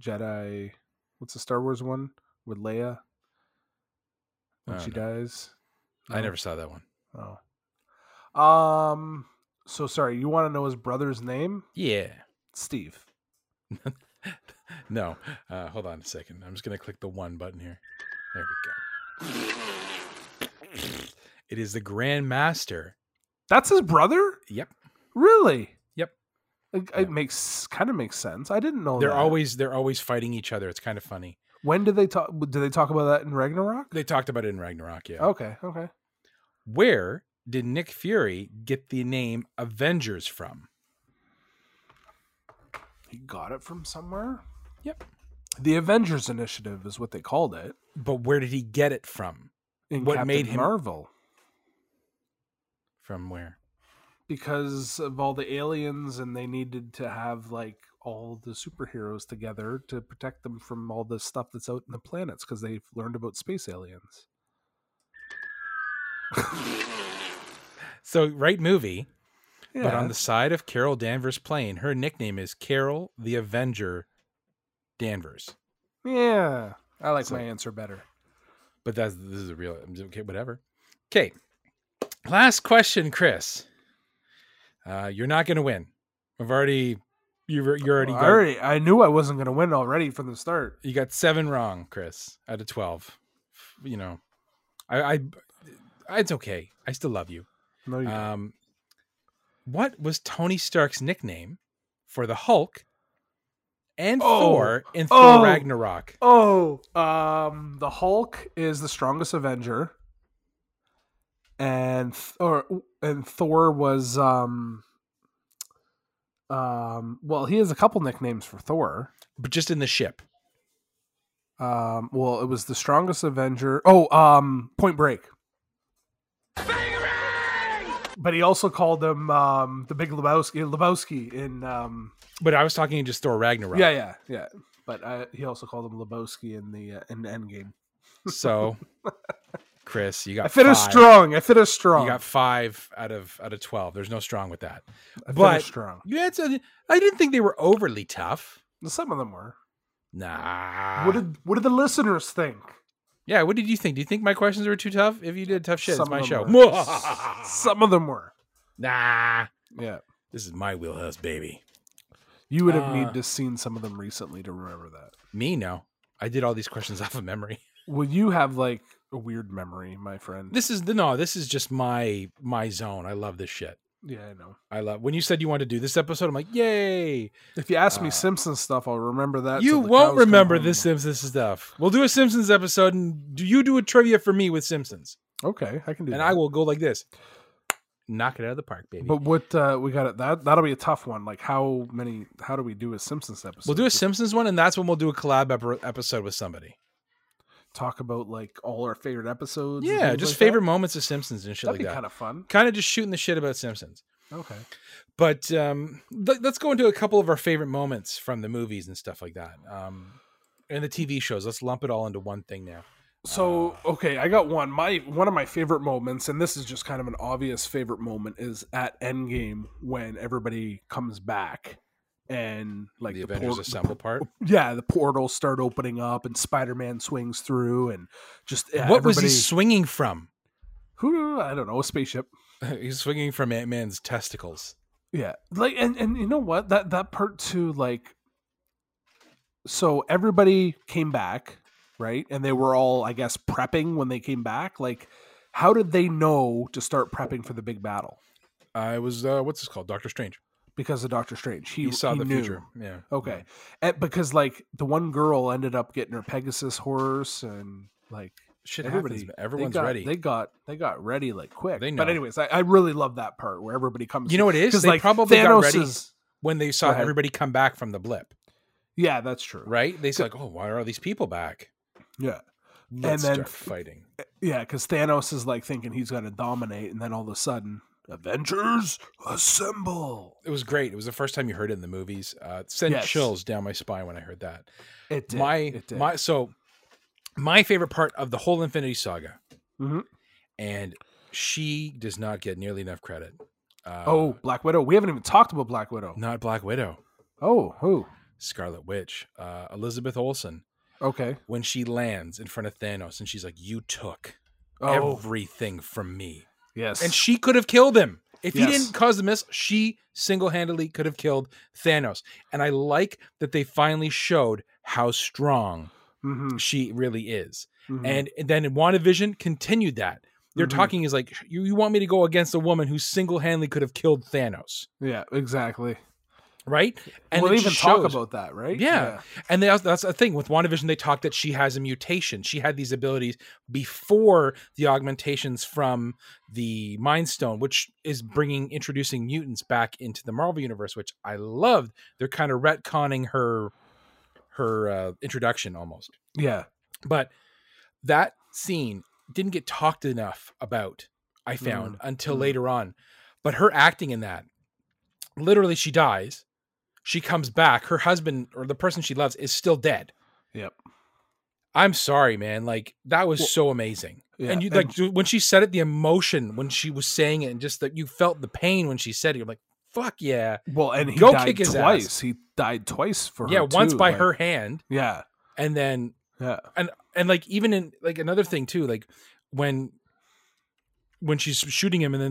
Jedi. What's the Star Wars one with Leia when I she don't know. dies? Oh, I No? never saw that one. Oh. Um so sorry, you want to know his brother's name? Yeah. Steve. No. Uh, hold on a second. I'm just going to click the one button here. There we go. It is the Grand Master. That's his brother? Yep. Really? Yep. It, Yep. it makes kind of makes sense. I didn't know They're that. always they're always fighting each other. It's kind of funny. When did they talk did they talk about that in Ragnarok? They talked about it in Ragnarok, yeah. Okay, okay. Where did Nick Fury get the name Avengers from? He got it from somewhere? Yep. The Avengers Initiative is what they called it. But where did he get it from? In What Captain made him- Marvel. From where? Because of all the aliens and they needed to have like all the superheroes together to protect them from all the stuff that's out in the planets because they've learned about space aliens. So right movie, Yeah. but on the side of Carol Danvers' plane, her nickname is Carol the Avenger Danvers. Yeah, I like So- my answer better. But that's this is a real okay, whatever. Okay. Last question, Chris. Uh, you're not gonna win. I've already you're you're already, Well, got, Oh, I already, I knew I wasn't going to win already from the start. you got seven wrong, Chris, out of twelve. You know. I, I it's okay. I still love you. No, you Um, what was Tony Stark's nickname for the Hulk and Oh. Thor in Thor Oh. Ragnarok? Oh, um, the Hulk is the strongest Avenger, and Th- or and Thor was um, um. Well, he has a couple nicknames for Thor. But just in the ship. Um, well, it was the strongest Avenger. Oh, um, Point Break. But he also called him um, the Big Lebowski. Lebowski in um, But I was talking just Thor Ragnarok. yeah, yeah, yeah. But uh, he also called him Lebowski in the uh, in the Endgame. (laughs) So, Chris, you got I finished five. strong. I finished strong. You got five out of out of twelve. There's no strong with that. I but- finished strong. You answered. I didn't think they were overly tough. Some of them were. Nah. What did what did the listeners think? yeah. What did you think? Do you think my questions were too tough? If you did tough shit, Some it's my of show. them were. Some of them were. (laughs) nah. Yeah. This is my wheelhouse, baby. You would have Uh, need to seen some of them recently to remember that. Me no. I did all these questions (laughs) off of memory. Well, you have like a weird memory, my friend. This is the no. This is just my my zone. I love this shit. yeah, I know. I love when you said you wanted to do this episode. I'm like, yay! If you ask me Uh, Simpsons stuff, I'll remember that. you till the cows won't come remember home. this Simpsons stuff. We'll do a Simpsons episode, and do you do a trivia for me with Simpsons, Okay, I can do. and that. I will go like this, knock it out of the park, baby. But what uh, we got it that that'll be a tough one. Like how many? How do we do a Simpsons episode? we'll do a Simpsons one, and that's when we'll do a collab ep- episode with somebody. talk about like all our favorite episodes. and Yeah, things just like favorite That? moments of Simpsons and shit That'd be like that. kind of fun. Kind of just shooting the shit about Simpsons. Okay. But um, let- let's go into a couple of our favorite moments from the movies and stuff like that, um, and the TV shows. Let's lump it all into one thing now. So Uh, okay, I got one. My one of my favorite moments, and this is just kind of an obvious favorite moment, is at Endgame when everybody comes back and like the, Avengers port- Assemble part. yeah, the portals start opening up, and Spider Man swings through, and just yeah, what was he everybody- swinging from? (laughs) Who I don't know, a spaceship. He's swinging from Ant Man's testicles. Yeah, like and and you know what that that part too, like. So everybody came back, right? And they were all, I guess, prepping when they came back. Like, how did they know to start prepping for the big battle? I was uh, what's this called? Doctor Strange. Because of Doctor Strange, he, He, saw he the knew. future. Yeah. Okay, And because like the one girl ended up getting her Pegasus horse, and like Shit everybody, happens. man. Everyone's they got, ready. They got they got ready like quick. They But know. anyways, I, I really love that part where everybody comes. you know what it is? because They like probably Thanos got ready is- when they Go saw ahead. everybody come back from the blip. yeah, that's true. Right? They said, like, "Oh, why are all these people back?" Yeah. Let's then- start fighting. Yeah, because Thanos is like thinking he's going to dominate, and then all of a sudden, Avengers assemble! It was great. It was the first time you heard it in the movies. Uh, it sent Yes. chills down my spine when I heard that. It did. my it did. my so my favorite part of the whole Infinity Saga, Mhm. and she does not get nearly enough credit. Uh, oh, Black Widow. We haven't even talked about Black Widow. not Black Widow, Oh, who? Scarlet Witch, uh, Elizabeth Olsen. Okay. When she lands in front of Thanos, and she's like, "You took Oh, everything from me," yes. and she could have killed him if he Yes. didn't cause the miss. She single-handedly could have killed Thanos, and I like that they finally showed how strong Mhm, she really is. mhm. and then WandaVision continued that. They're Mhm. talking is like you, you want me to go against a woman who single handedly could have killed Thanos, yeah, exactly. right? And And we'll it even just talk shows- about that, right? yeah. And they, also- that's the thing with WandaVision. They talked that she has a mutation. She had these abilities before the augmentations from the Mind Stone, which is bringing introducing mutants back into the Marvel universe, which I loved. They're kind of retconning her her uh, introduction almost. Yeah. But that scene didn't get talked enough about, I found, until mm. later on. But her acting in that, literally, she dies. She comes back. Her husband or the person she loves is still dead. Yep. I'm sorry, man. Like that was Well, so amazing. Yeah. And you like dude, when she said it, the emotion when she was saying it, and just that you felt the pain when she said it. You're like, fuck yeah. Well, and he Go died kick his ass. twice. He died twice for yeah, her. once too, by like- her hand, Yeah, and then yeah, and like even in like another thing too, like when when she's shooting him, and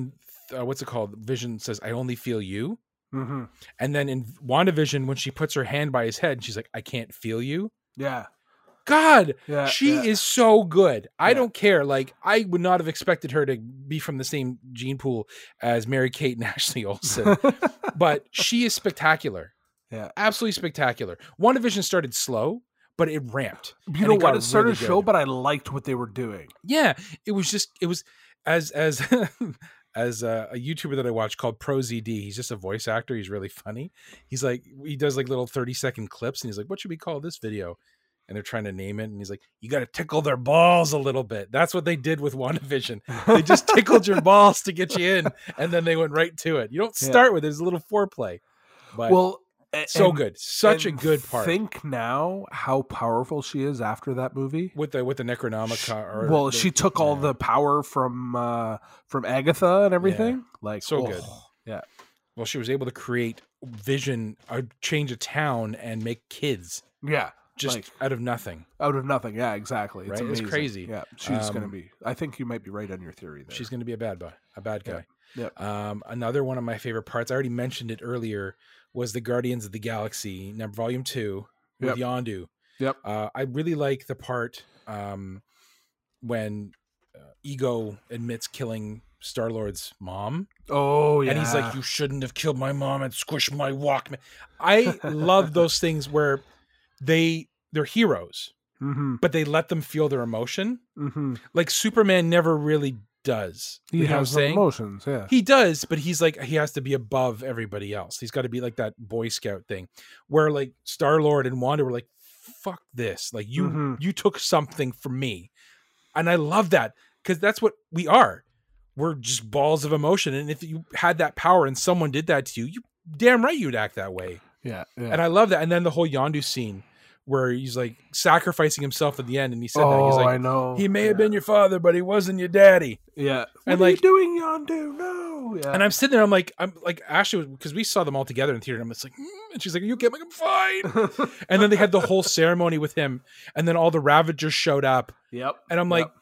then uh, what's it called? Vision says, "I only feel you." hmm And then in WandaVision, when she puts her hand by his head, she's like, "I can't feel you." yeah, God, yeah. she Uh, yeah. is so good. I Yeah. don't care. Like I would not have expected her to be from the same gene pool as Mary Kate and (laughs) Ashley (laughs) Olsen, but she is spectacular. Yeah. absolutely spectacular. WandaVision started slow, but it ramped. you it know what? got It started really to show, good. but I liked what they were doing. Yeah, it was just it was as as (laughs) as a, a YouTuber that I watch called ProZD. He's just a voice actor. He's really funny. He's like he does like little thirty second clips, and he's like, "What should we call this video?" And they're trying to name it, and he's like, "You got to tickle their balls a little bit." That's what they did with WandaVision. They just tickled (laughs) your balls to get you in, and then they went right to it. You don't Yeah. start with there's a little foreplay, but well, a- so and- good, such a and good part Think now how powerful she is after that movie. with the with the Necronomicon. Or well, the- she took all yeah. the power from uh from Agatha and everything. Like So oh, good. yeah. Well, she was able to create vision, uh, change a town, and make kids Yeah. just Like- out of nothing. Out of nothing. Yeah, exactly. It's, Right? It's amazing. crazy. Yeah. She's gonna Um, be I think you might be right on your theory there. She's going to be a bad guy. A bad guy. Yeah, Um, another one of my favorite parts. I already mentioned it earlier. Was the Guardians of the Galaxy number volume two with Yep. Yondu? Yep. Uh, I really like the part um, when uh, Ego admits killing Star Lord's mom. Oh yeah. and he's like, "You shouldn't have killed my mom and squished my Walkman." I love (laughs) those things where they they're heroes, mm-hmm, but they let them feel their emotion. mm-hmm. Like Superman never really does. He You know what I'm has saying? emotions, yeah. He does, but he's like he has to be above everybody else. He's got to be like that Boy Scout thing, where like Star Lord and Wanda were like, "Fuck this! Like you Mhm. you took something from me," and I love that because that's what we are. We're just balls of emotion, and if you had that power and someone did that to you, you damn right you'd act that way. yeah, yeah. And I love that. And then the whole Yondu scene where he's like sacrificing himself at the end, and he said that oh, he's I like, know. "He may yeah. have been your father, but he wasn't your daddy." Yeah. What and are like- you doing, Yondu? No. Yeah. And I'm sitting there, I'm like, I'm like Ashley, because we saw them all together in theater, and I'm just like, mm, and she's like, "Are you okay? I'm like, I'm fine. And then they had the whole ceremony with him, and then all the Ravagers showed up, (laughs) Yep. and I'm like, Yep.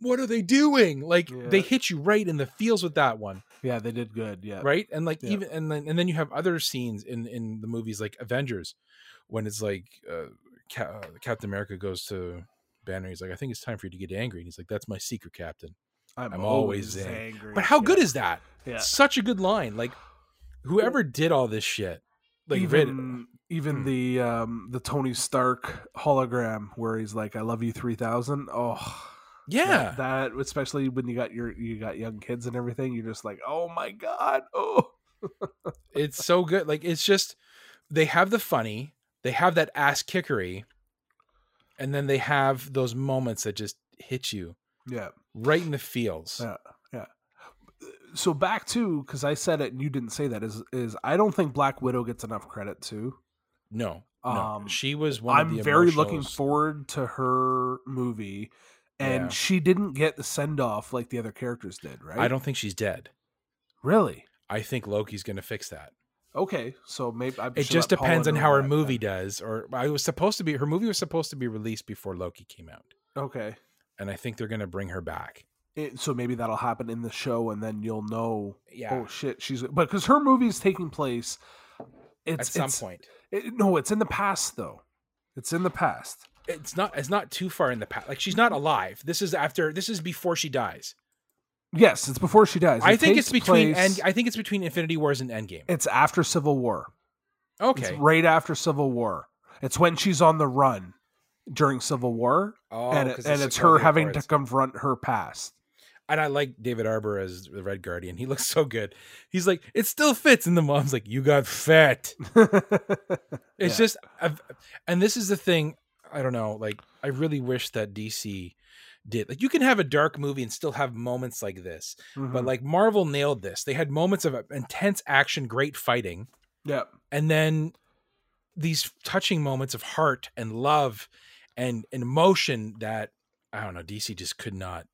what are they doing? Like they Yeah. hit you right in the feels with that one, Yeah, they did good. Yeah. right? And like Yeah. even and then and then you have other scenes in in the movies like Avengers, when it's like uh, Ca- uh, Captain America goes to Banner, he's like, I think it's time for you to get angry, and he's like, that's my secret, Captain. I'm always in. angry. But how Yeah. good is that? yeah. such a good line. Like whoever did all this shit, like even even Hmm. the um the Tony Stark hologram where he's like, "I love you 3000." Oh, rid- yeah, that, that- especially when you got your you got young kids and everything, you're just like, "Oh my god!" Oh, it's so good. Like it's just they have the funny, they have that ass kickery, and then they have those moments that just hit you yeah. right in the feels. Yeah. So back to because I said it and you didn't say that is is I don't think Black Widow gets enough credit too. No, no, Um, she was one. of I'm the very looking emotionals. forward to her movie, and Yeah. she didn't get the send off like the other characters did, right? I don't think she's dead. really. I think Loki's going to fix that. Okay, so maybe I'm It sure just that Paula depends on knew how her that, movie does. Or I was supposed to be her movie was supposed to be released before Loki came out, but- Okay, and I think they're going to bring her back. It- so maybe that'll happen in the show, and then you'll know. Yeah, Oh shit, she's but because her movie's taking place. It's at some it's- point. it- no, it's in the past though. It's in the past. It's not it's not too far in the past. Like she's not alive. This is after this is before she dies. Yes, it's before she dies. I It think it's takes between place- and I think it's between Infinity Wars and Endgame. it's after Civil War. Okay. It's right after Civil War. It's when she's on the run during Civil War, Oh, and 'cause it, it's and the it's her Guardian having to Guards. confront her past. and I like David Arbor as the Red Guardian. He looks (laughs) so good. He's like, it still fits. And the mom's like, you got fat. It's just, I've, and this is the thing. I don't know. Like, I really wish that DC did. Like, you can have a dark movie and still have moments like this. But Mhm. like, Marvel nailed this. They had moments of uh, intense action, great fighting. yeah, and then these touching moments of heart and love and, and emotion that I don't know DC just could not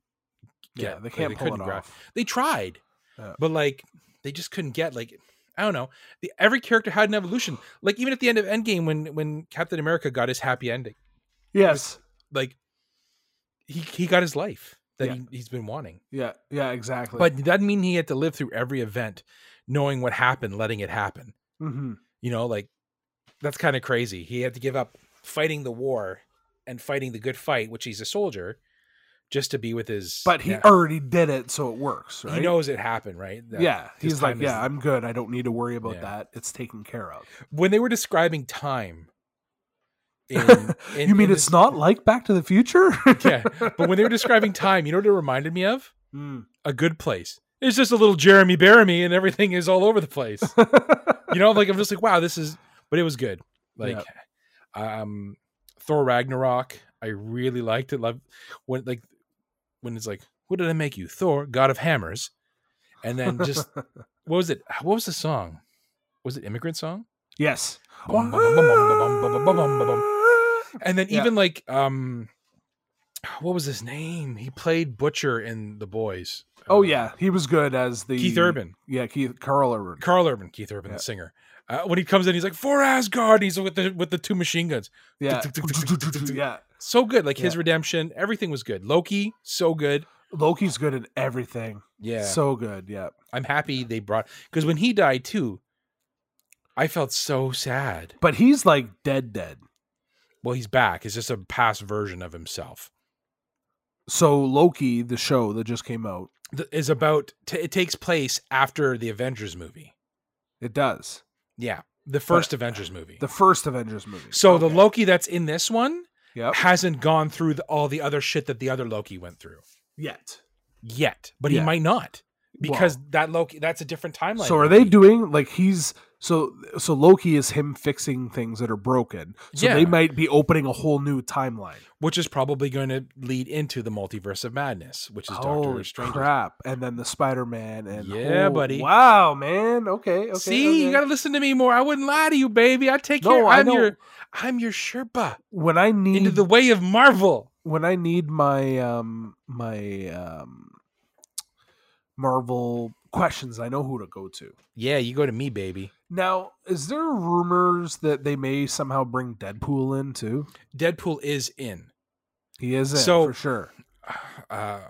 yeah, get. they Like, can't pull couldn't it grab- off. They tried, Yeah. but like they just couldn't get like I don't know. The, every character had an evolution. Like even at the end of Endgame, when when Captain America got his happy ending, Yes. like he he got his life that he, he's been wanting. Yeah. Yeah. Exactly. But it doesn't mean he had to live through every event, knowing what happened, letting it happen. hmm You know, like that's kind of crazy. He had to give up fighting the war and fighting the good fight, which he's a soldier, just to be with his. but he yeah, already did it, so it works, right? he knows it happened, right? That yeah, his he's like, time is- yeah, I'm good. I don't need to worry about Yeah. that. It's taken care of. when they were describing time. In, in- (laughs) you mean in it's this- not like Back to the Future? (laughs) (laughs) yeah, but when they were describing time, you know what it reminded me of? Mm. A good place. It's just a little Jeremy Baramy, and everything is all over the place. you know, like I'm just like, wow, this is. But it was good. Like, um, Thor Ragnarok, I really liked it. Love when like when it's like, what did I make you, Thor, God of Hammers? And then (laughs) just what was it? What was the song? Was it Immigrant Song? yes. Bum, bum, bum, bum, bum, bum, bum, bum, bum, bum. And then Yeah. even like um what was his name? He played Butcher in The Boys. Oh Uh, yeah, he was good as the Keith Urban. Yeah, Keith Carl Urban. Carl Urban, Keith Urban, the singer. Uh, when he comes in, he's like for Asgard. and He's with the with the two machine guns. Yeah, Yeah. yeah. So good, like his Yeah. redemption, everything was good. Loki, so good. Loki's good in everything. Yeah, So good. Yeah. I'm happy they brought because when he died too, I felt so sad. But he's like dead, dead. Well, he's back. It's just a past version of himself. So Loki, the show that just came out, Th- Is about t- it takes place after the Avengers movie. it does Yeah, the first Avengers movie. the first Avengers movie. so the Loki that's in this one Yep. hasn't gone through the, all the other shit that the other Loki went through Yet. yet, but Yeah. he might not because Well- that Loki that's a different timeline. So are they Loki. doing like he's so so Loki is him fixing things that are broken. So they Yeah. might be opening a whole new timeline. which is probably going to lead into the multiverse of madness, which is Doctor Holy Strange. Oh, crap! And then the Spider Man and Yeah, oh, buddy. Wow, man. Okay. okay See, okay. you gotta listen to me more. I wouldn't lie to you, baby. I take No, care. I Mm. I'm know. your, I'm your Sherpa when I need into the way of Marvel. when I need my um my um Marvel questions, I know who to go to. Yeah, you go to me, baby. Now, is there rumors that they may somehow bring Deadpool in too? Deadpool is in, (sighs) He is in So- for sure. uh,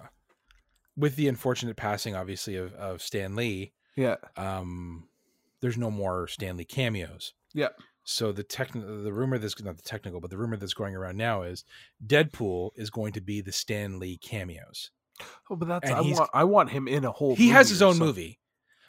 with the unfortunate passing, obviously, of of Stan Lee. Yeah. um, there's no more Stanley cameos. Yeah. So the technical, the rumor that's not the technical, but the rumor that's going around now is Deadpool is going to be the Stan Lee cameos. Oh, but that's And I he's- want I want him in a whole. he has his or own something. movie,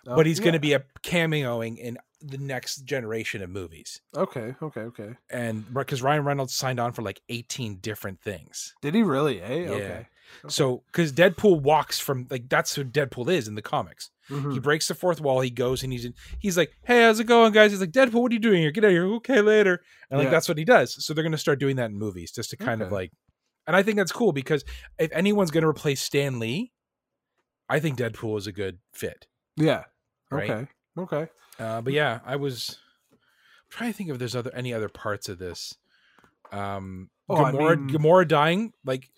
Oh, but he's going yeah. to be a cameoing in the next generation of movies. okay. Okay. Okay. And because Ryan Reynolds signed on for like 18 different things. Did he really? Eh? Yeah. Okay. So, because Deadpool walks from like that's who Deadpool is in the comics. He Mhm. breaks the fourth wall. He goes and he's in, he's like, "Hey, how's it going, guys?" He's like, "Deadpool, what are you doing here? Get out of here." Okay, later. And like Yeah. that's what he does. So they're gonna start doing that in movies, just to kind of Okay. like, and I think that's cool because if anyone's gonna replace Stan Lee, I think Deadpool is a good fit. Yeah. Right. Okay. Okay. Uh, Hmm. but yeah, I was I'm trying to think if there's other any other parts of this. Um, Oh, I Gamora, mean- Gamora dying, like,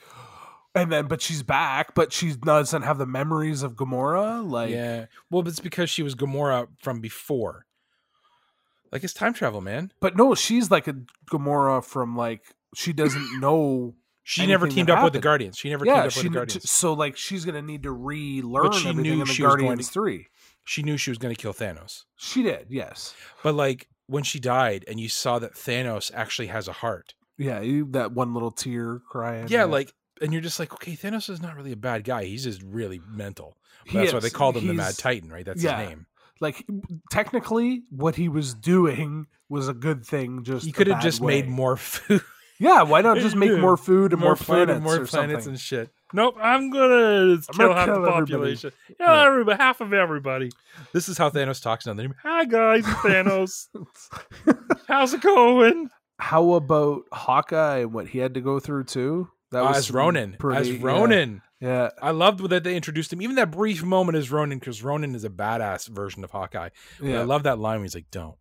And then, but she's back, but she doesn't have the memories of Gamora. Like, yeah. Well, it's because she was Gamora from before. Like it's time travel, man. but no, she's like a Gamora from like (clears throat) she doesn't know. She never anything teamed that up with the happened. Guardians. She never teamed yeah, up she with the kn- Guardians. so like she's gonna need to relearn she everything knew in the she was going Guardians to- Three. she knew she was going to kill Thanos. She did, yes, But like when she died and you saw that Thanos actually has a heart. yeah. You, that one little tear crying. yeah, like and you're just like, okay, Thanos is not really a bad guy. He's just really mental. He That's why is- they called him the Mad he's- Titan, right? That's yeah. his name. Like technically, what he was doing was a good thing. Just He a could have bad just made way. more food, Yeah, why not just (laughs) make Yeah. more food and more, food and (laughs) planets more or planets something? and shit. Nope, I'm gonna kill gonna half kill the everybody. population. Yeah. (laughs) Yeah, everybody, half of everybody. This is how Thanos talks now. Hi guys, (laughs) it's Thanos. How's it going? How about Hawkeye and what he had to go through too? That Uh, as Ronan. pretty- as yeah, Ronan. Yeah, I loved that they introduced him. Even that brief moment as Ronan, because Ronan is a badass version of Hawkeye. yeah, But I yeah, love that line where he's like, "Don't,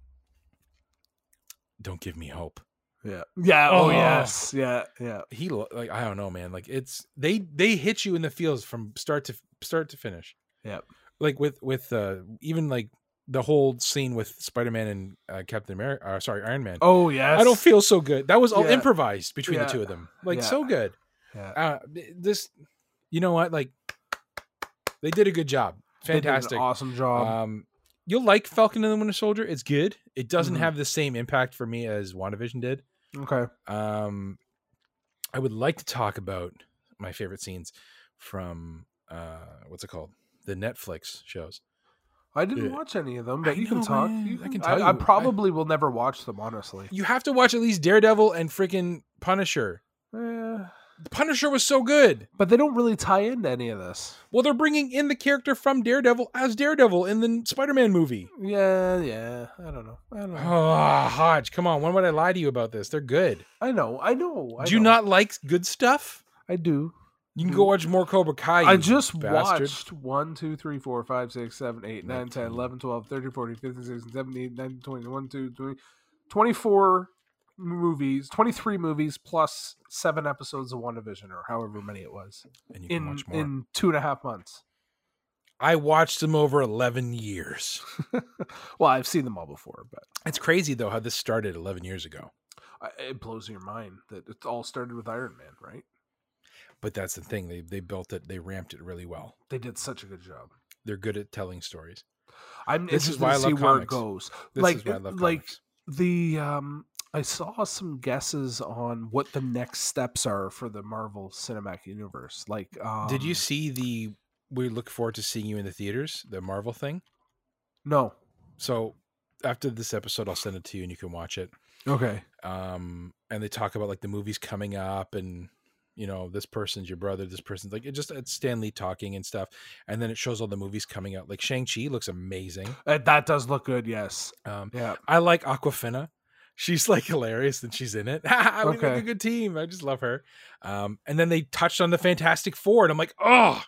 don't give me hope." yeah. oh, Oh. yes, yeah, yeah. He lo- like I don't know, man. Like it's they they hit you in the feels from start to start to finish. Yep. Like with with uh even like the whole scene with Spider Man and uh, Captain America. Uh, sorry, Iron Man. Oh yes. I don't feel so good. That was all Yeah. improvised between Yeah. the two of them. Like Yeah. so good. Yeah. Uh, this, you know what? Like they did a good job. They did an Fantastic. awesome job. Um, you'll like Falcon and the Winter Soldier. It's good. It doesn't Mhm. have the same impact for me as WandaVision did. okay. Um, I would like to talk about my favorite scenes from uh, what's it called? The Netflix shows. I didn't yeah. watch any of them, I but you can know, talk. man. You I can tell I, you. I- probably will never watch them, honestly. You have to watch at least Daredevil and freaking Punisher. Eh, Punisher was so good. but they don't really tie into any of this. Well, they're bringing in the character from Daredevil as Daredevil in the Spider-Man movie. Yeah, yeah. I don't know. I don't know. Ah, Hodge, come on. When would I lie to you about this? They're good. I know. I know. I Do you know. not like good stuff? I do. You can go watch more Cobra Kai. Mm. I you just bastard. watched 1, 2, 3, 4, 5, 6, 7, 8, 9, 10, 11, 12, 13, 14, 15, 16, 17, 19, 20, 21, 22, 20, 24 movies, 23 movies plus seven episodes of WandaVision or however many it was And you can in, watch more. in two and a half (laughs) months. I watched them over 11 years. well, I've seen them all before, but It's crazy, though, how this started 11 years ago. I, it blows your mind that it all started with Iron Man, right? But that's the thing. They, they built it, they ramped it really well. They did such a good job. They're good at telling stories. I'm This is interested why I to see love where it comics. goes. This like, is why I love like comics. the um, I saw some guesses on what the next steps are for the Marvel Cinematic Universe. Like, um, Did you see the we look forward to seeing you in the theaters, the Marvel thing? No. So after this episode, I'll send it to you and you can watch it. Okay. Um, and they talk about like the movies coming up and you know, this person's your brother, this person's like it just it's Stanley talking and stuff. And then it shows all the movies coming out. Like Shang-Chi looks amazing. Uh, that does look good. Yes. Um, Yeah. I like Aquafina. She's like hilarious and she's in it. (laughs) I mean, like Okay. a good team. I just love her. Um, and then they touched on the Fantastic Four, and I'm like, oh,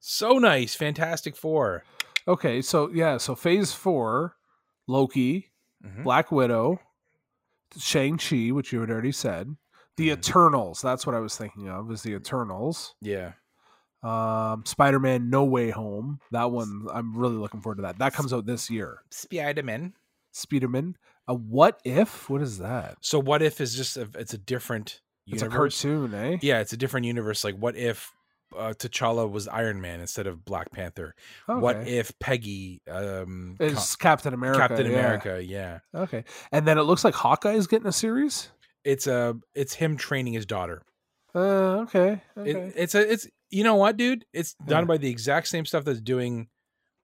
so nice, Fantastic 4 Okay. So yeah. So Phase Four, Loki, Mhm. Black Widow, Shang Chi, which you had already said. The Eternals. That's what I was thinking of. Is the Eternals. Yeah, Um, Spider-Man: No Way Home. That one I'm really looking forward to. That that comes out this year. Spider Man. Spiderman. A what if? What is that? So what if is just a, it's a different It's universe? a cartoon, eh? Yeah, it's a different universe. Like what if uh, T'Challa was Iron Man instead of Black Panther? What Okay. if Peggy um, It's Captain Co- America. Captain yeah. America? Yeah, Okay. And then it looks like Hawkeye's getting a series. it's a it's him training his daughter. Uh, okay. okay. It, it's a it's you know what, dude? It's done Yeah. by the exact same stuff that's doing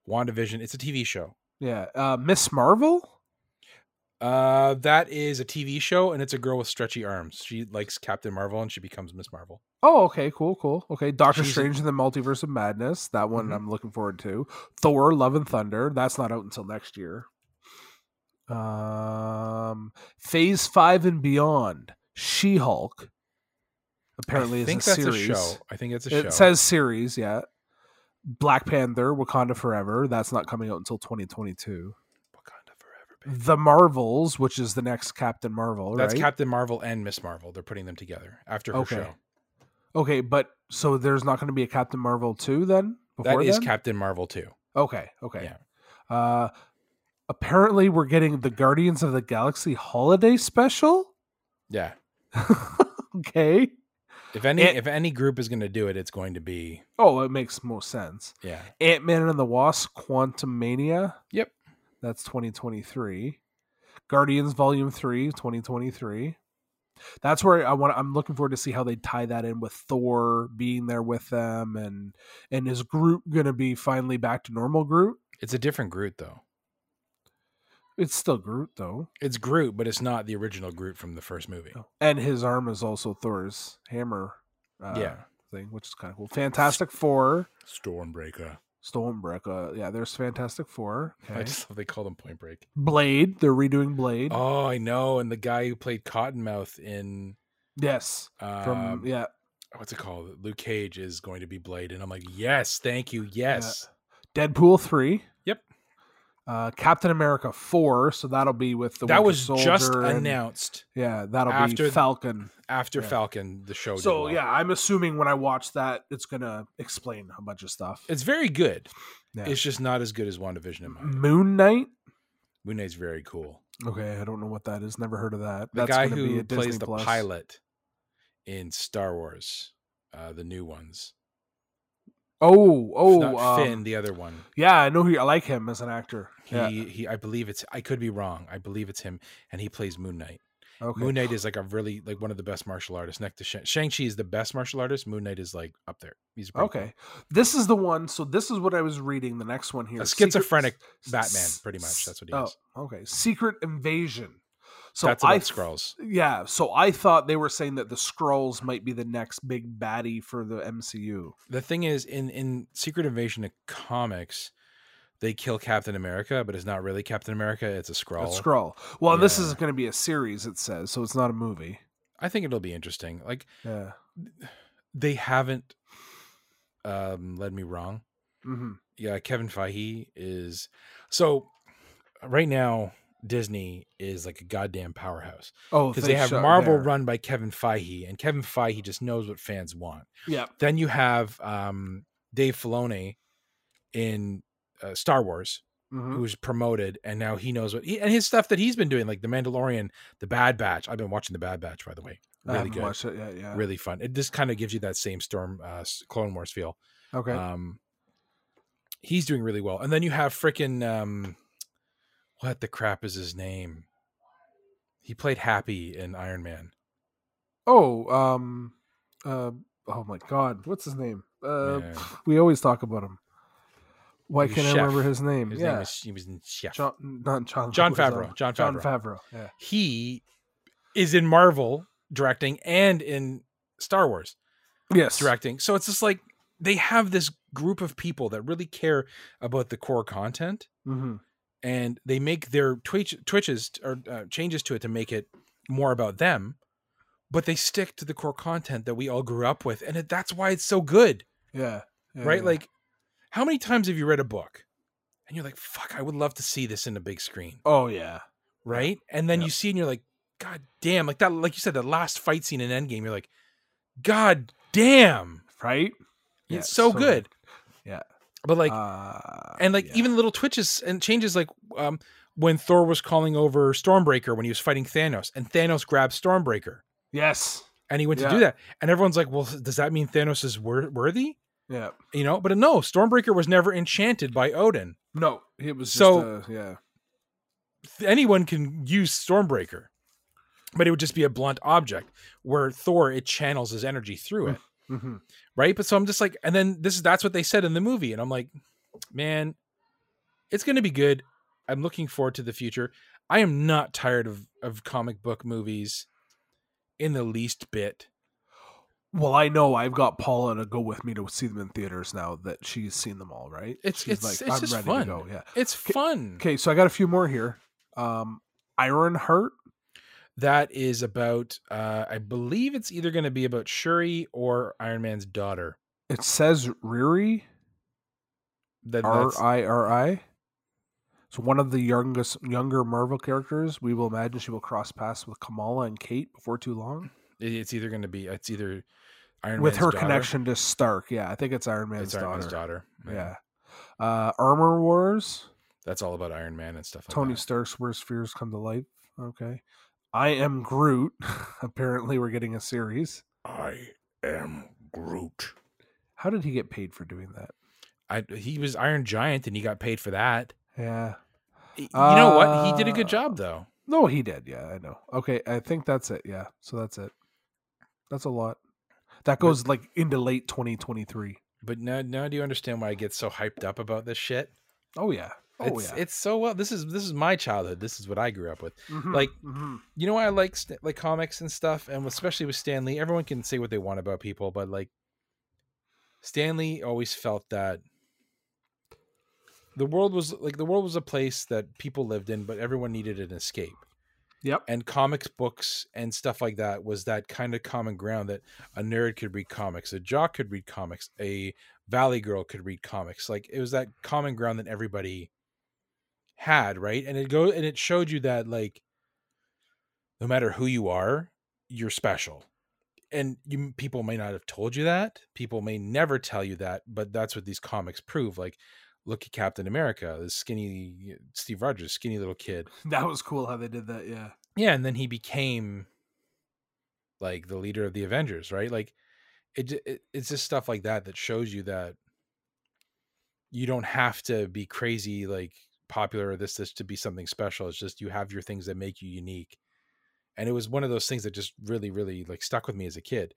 WandaVision. It's a TV show. yeah. Uh, Miss Marvel. Uh that is a TV show and it's a girl with stretchy arms. She likes Captain Marvel and she becomes Miss Marvel. Oh, okay, cool, cool. Okay, Doctor She's- Strange and the Multiverse of Madness. That one Mhm. I'm looking forward to. Thor: Love and Thunder. That's not out until next year. Um, Phase Five and Beyond. She Hulk. Apparently, I is think a that's series. a show. I think it's a show. It says series, yeah. Black Panther, Wakanda Forever. That's not coming out until 2022. Wakanda Forever. baby. The Marvels, which is the next Captain Marvel, That's right? Captain Marvel and Miss Marvel. They're putting them together after her Okay. show. okay, but so there's not going to be a Captain Marvel 2 then? That Before is then? Captain Marvel too. Okay. Okay. Uh, apparently, we're getting the Guardians of the Galaxy holiday special. Yeah. okay. If any It- if any group is going to do it, it's going to be Oh, it makes most sense. yeah. Ant Man and the Wasp: Quantum Mania. Yep. That's 2023. Guardians Volume 3, 2023. That's where I want. I'm looking forward to see how they tie that in with Thor being there with them, and and is Groot gonna be finally back to normal Groot? It's a different Groot though. It's still Groot though. It's Groot, but it's not the original Groot from the first movie. And his arm is also Thor's hammer. Uh, Yeah. Thing, which is kind of cool. Fantastic Four, Stormbreaker. Stormbreaker. Yeah, there's Fantastic Four. I Okay. just love they call them Point Break. Blade. They're redoing Blade. Oh, I know. And the guy who played Cottonmouth in yes. um, From yeah. what's it called? Luke Cage is going to be Blade, and I'm like, yes, thank you, yes. Deadpool three. Yep. Uh, Captain America four. So that'll be with the that Winter was just Soldier and- announced Yeah, that'll after- be Falcon. after Yeah. Falcon. The show. did So well. yeah, I'm assuming when I watch that, it's gonna explain a bunch of stuff. it's very good. Yeah. Mm-hmm. It's just not as good as WandaVision in my opinion. Moon Knight. Moon Knight's very cool. Okay, I don't know what that is. Never heard of that. The That's guy gonna be who a plays Disney the Plus. pilot in Star Wars, uh, the new ones. Oh, It's oh, not um, Finn, the other one. yeah, I know who. I like him as an actor. He, yeah. he, I believe it's. I could be wrong. I believe it's him, and he plays Moon Knight. Okay. Moon Knight is like a really like one of the best martial artists. Next to Shang- Shang-Chi is the best martial artist. Moon Knight is like up there. He's pretty cool. Okay. This is the one. So this is what I was reading. The next one here. a Secret- schizophrenic s- Batman, s- pretty much. That's what he oh, is. okay. Secret Invasion. So That's I about th- Skrulls. Yeah. So I thought they were saying that the Skrulls might be the next big baddie for the MCU. The thing is, in in Secret Invasion of comics, they kill Captain America, but it's not really Captain America. It's a Skrull. A Skrull. Well, this Yeah. is going to be a series. It says so. It's not a movie. I think it'll be interesting. Like Yeah. they haven't um led me wrong. hmm yeah, Kevin Feige is so right now Disney is like a goddamn powerhouse Oh, because they have thanks, uh, Marvel there. run by Kevin Feige, and Kevin Feige just knows what fans want. Yeah. Then you have um, Dave Filoni in uh, Star Wars, Mhm. who's promoted, and now he knows what he and his stuff that he's been doing, like The Mandalorian, The Bad Batch. I've been watching The Bad Batch, by the way. I Really haven't good, watched it yet. Yeah. really fun. It just kind of gives you that same Storm uh, s- Clone Wars feel. Okay. Um, he's doing really well. And then you have frickin' um, what the crap is his name? He played Happy in Iron Man. oh. Um. Uh. Oh my God. What's his name? Uh. Yeah. (laughs) We always talk about him. Why He was can't I Chef. remember his name? His Mm, yeah. name was he was in Chef. John, not John. John what is Favreau, that? John John Favreau. Favreau. Yeah. He is in Marvel directing and in Star Wars Yes. directing. So it's just like they have this group of people that really care about the core content hmm and they make their twitch twitches t- or uh, changes to it to make it more about them but they stick to the core content that we all grew up with and it, that's why it's so good Yeah. yeah, right yeah. like how many times have you read a book and you're like fuck i would love to see this in a big screen Oh yeah. right and then you see it and you're like god damn like that like you said the last fight scene in endgame you're like god damn Right. Yeah, it's so, good Yeah. but like uh, and like yeah. even little twitches and changes like um when thor was calling over stormbreaker when he was fighting thanos and thanos grabbed stormbreaker yes. and he went to Yeah. do that and everyone's like well does that mean thanos is wor- worthy Yeah. you know but uh, no stormbreaker was never enchanted by odin No, it was So- Just a, yeah. Th- anyone can use stormbreaker but it would just be a blunt object where thor it channels his energy through it hmm right but so i'm just like and then this is that's what they said in the movie and i'm like man it's going to be good i'm looking forward to the future i am not tired of of comic book movies in the least bit Well, I know I've got Paula to go with me to see them in theaters now that she's seen them all. Right? It's- she's it's- it's just fun. Yeah. it's fun Okay, so I got a few more here. Um, Ironheart. that is about uh i believe it's either going to be about shuri or iron man's daughter It says Riri. Then R that's- I R I. So one of the youngest, younger Marvel characters. We will imagine she will cross paths with Kamala and Kate before too long. it- it's either going to be it's either iron with man's her daughter- connection to Stark, yeah, I think it's Iron Man's it's daughter. iron man's daughter Yeah. Uh, Armor Wars. that's all about iron man and stuff like Tony that. Stark's worst fears come to life. Okay. I am Groot. (laughs) Apparently, we're getting a series. i am groot How did he get paid for doing that? I he was Iron Giant and he got paid for that. Yeah. Y- you know what? He did a Uh, good job though. No, he did. Yeah, I know. Okay, I think that's it. Yeah, so that's it. That's a lot. That goes like into late 2023. But now now do you understand why I get so hyped up about this shit? Oh yeah. Oh it's, yeah. it's so well. This is this is my childhood. This is what I grew up with. Mhm, like- mhm. You know why I like st- like comics and stuff, and especially with Stan Lee. Everyone can say what they want about people, but like Stan Lee always felt that the world was like the world was a place that people lived in, but everyone needed an escape. Yep. and comics books and stuff like that was that kind of common ground that a nerd could read comics, a jock could read comics, a valley girl could read comics. Like it was that common ground that everybody had, right? And it go and it showed you that like no matter who you are, you're special. And you people may not have told you that. People may never tell you that, but that's what these comics prove. Like look at Captain America, the skinny uh, Steve Rogers, skinny little kid. That was cool how they did that. Yeah. Yeah, and then he became like the leader of the Avengers, right? Like it, j- it it's just stuff like that that shows you that you don't have to be crazy like popular or this this to be something special. It's just you have your things that make you unique. And it was one of those things that just really really like stuck with me as a kid.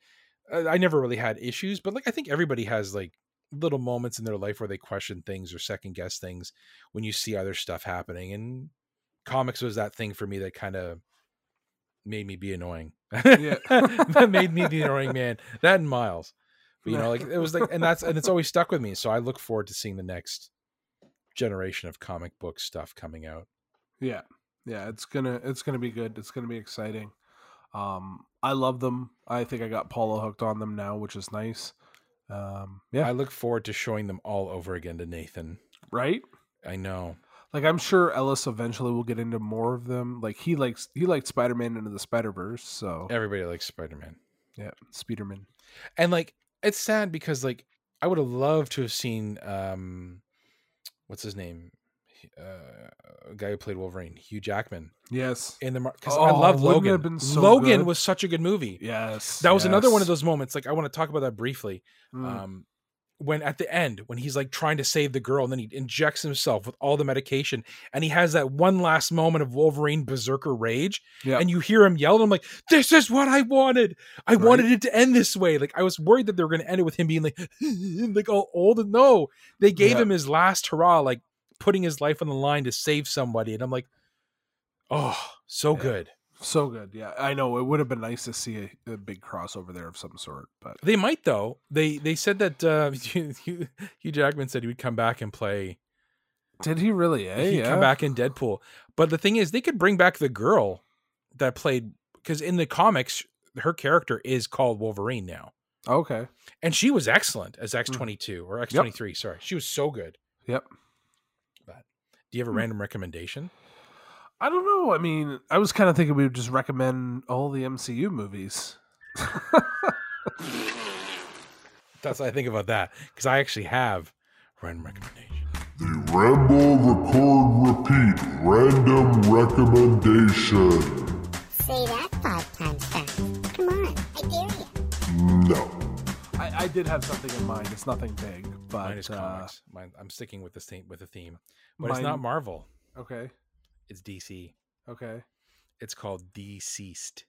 Uh, I never really had issues, but like I think everybody has like little moments in their life where they question things or second guess things when you see other stuff happening and comics was that thing for me that kind of made me be annoying. Yeah. (laughs) that made me the annoying man. That and Miles. But you know, like it was like and that's (laughs) and it's always stuck with me. So I look forward to seeing the next generation of comic book stuff coming out. Yeah. Yeah, it's gonna it's gonna be good. It's gonna be exciting. Um I love them. I think I got Paulo hooked on them now, which is nice. Um yeah, I look forward to showing them all over again to Nathan. right? I know. Like I'm sure Ellis eventually will get into more of them. Like he likes he liked Spider Man into the Spider Verse, so Everybody likes Spider-Man. yeah, Spiderman. And like it's sad because like I would have loved to have seen um what's his name? He- Uh, a guy who played Wolverine, Hugh Jackman. Yes. in the because Oh, I love wouldn't it Logan. have been so Logan good? was such a good movie. Yes. That was another one of yes. those moments. Like I want to talk about that briefly. Mm. Um, when at the end, when he's like trying to save the girl, and then he injects himself with all the medication, and he has that one last moment of Wolverine berserker rage, Yeah. and you hear him yell, and I'm like, "This is what I wanted. I Right. wanted it to end this way." Like I was worried that they were going to end it with him being like, (laughs) like all old. And no, they gave Yeah. him his last hurrah, like putting his life on the line to save somebody, and I'm like, "Oh, so Yeah. good." so good. Yeah, I know it would have been nice to see a, a big crossover there of some sort, but They might though. They they said that uh, (laughs) Hugh, Hugh- Hugh Jackman said he would come back and play. did he really? Eh? he'd yeah. come back in Deadpool. But the thing is, they could bring back the girl that played because in the comics, her character is called Wolverine now, Okay. and she was excellent as Hmm. X twenty two or X twenty three. Sorry, she was so good. Yep. But do you Hmm. have a random recommendation? I don't know. I mean, I was kind of thinking we would just recommend all the MCU movies. That's what I think about that because I actually have a random recommendation. The Ramble Record Repeat Random Recommendation. Say that five times fast. Come on, I dare you. No. I, I did have something in mind. It's nothing big, but Mine is uh, comics. Mine, I'm sticking with the theme with the theme, but it's not mine- Marvel. Okay. It's DC. Okay. It's called Deceased.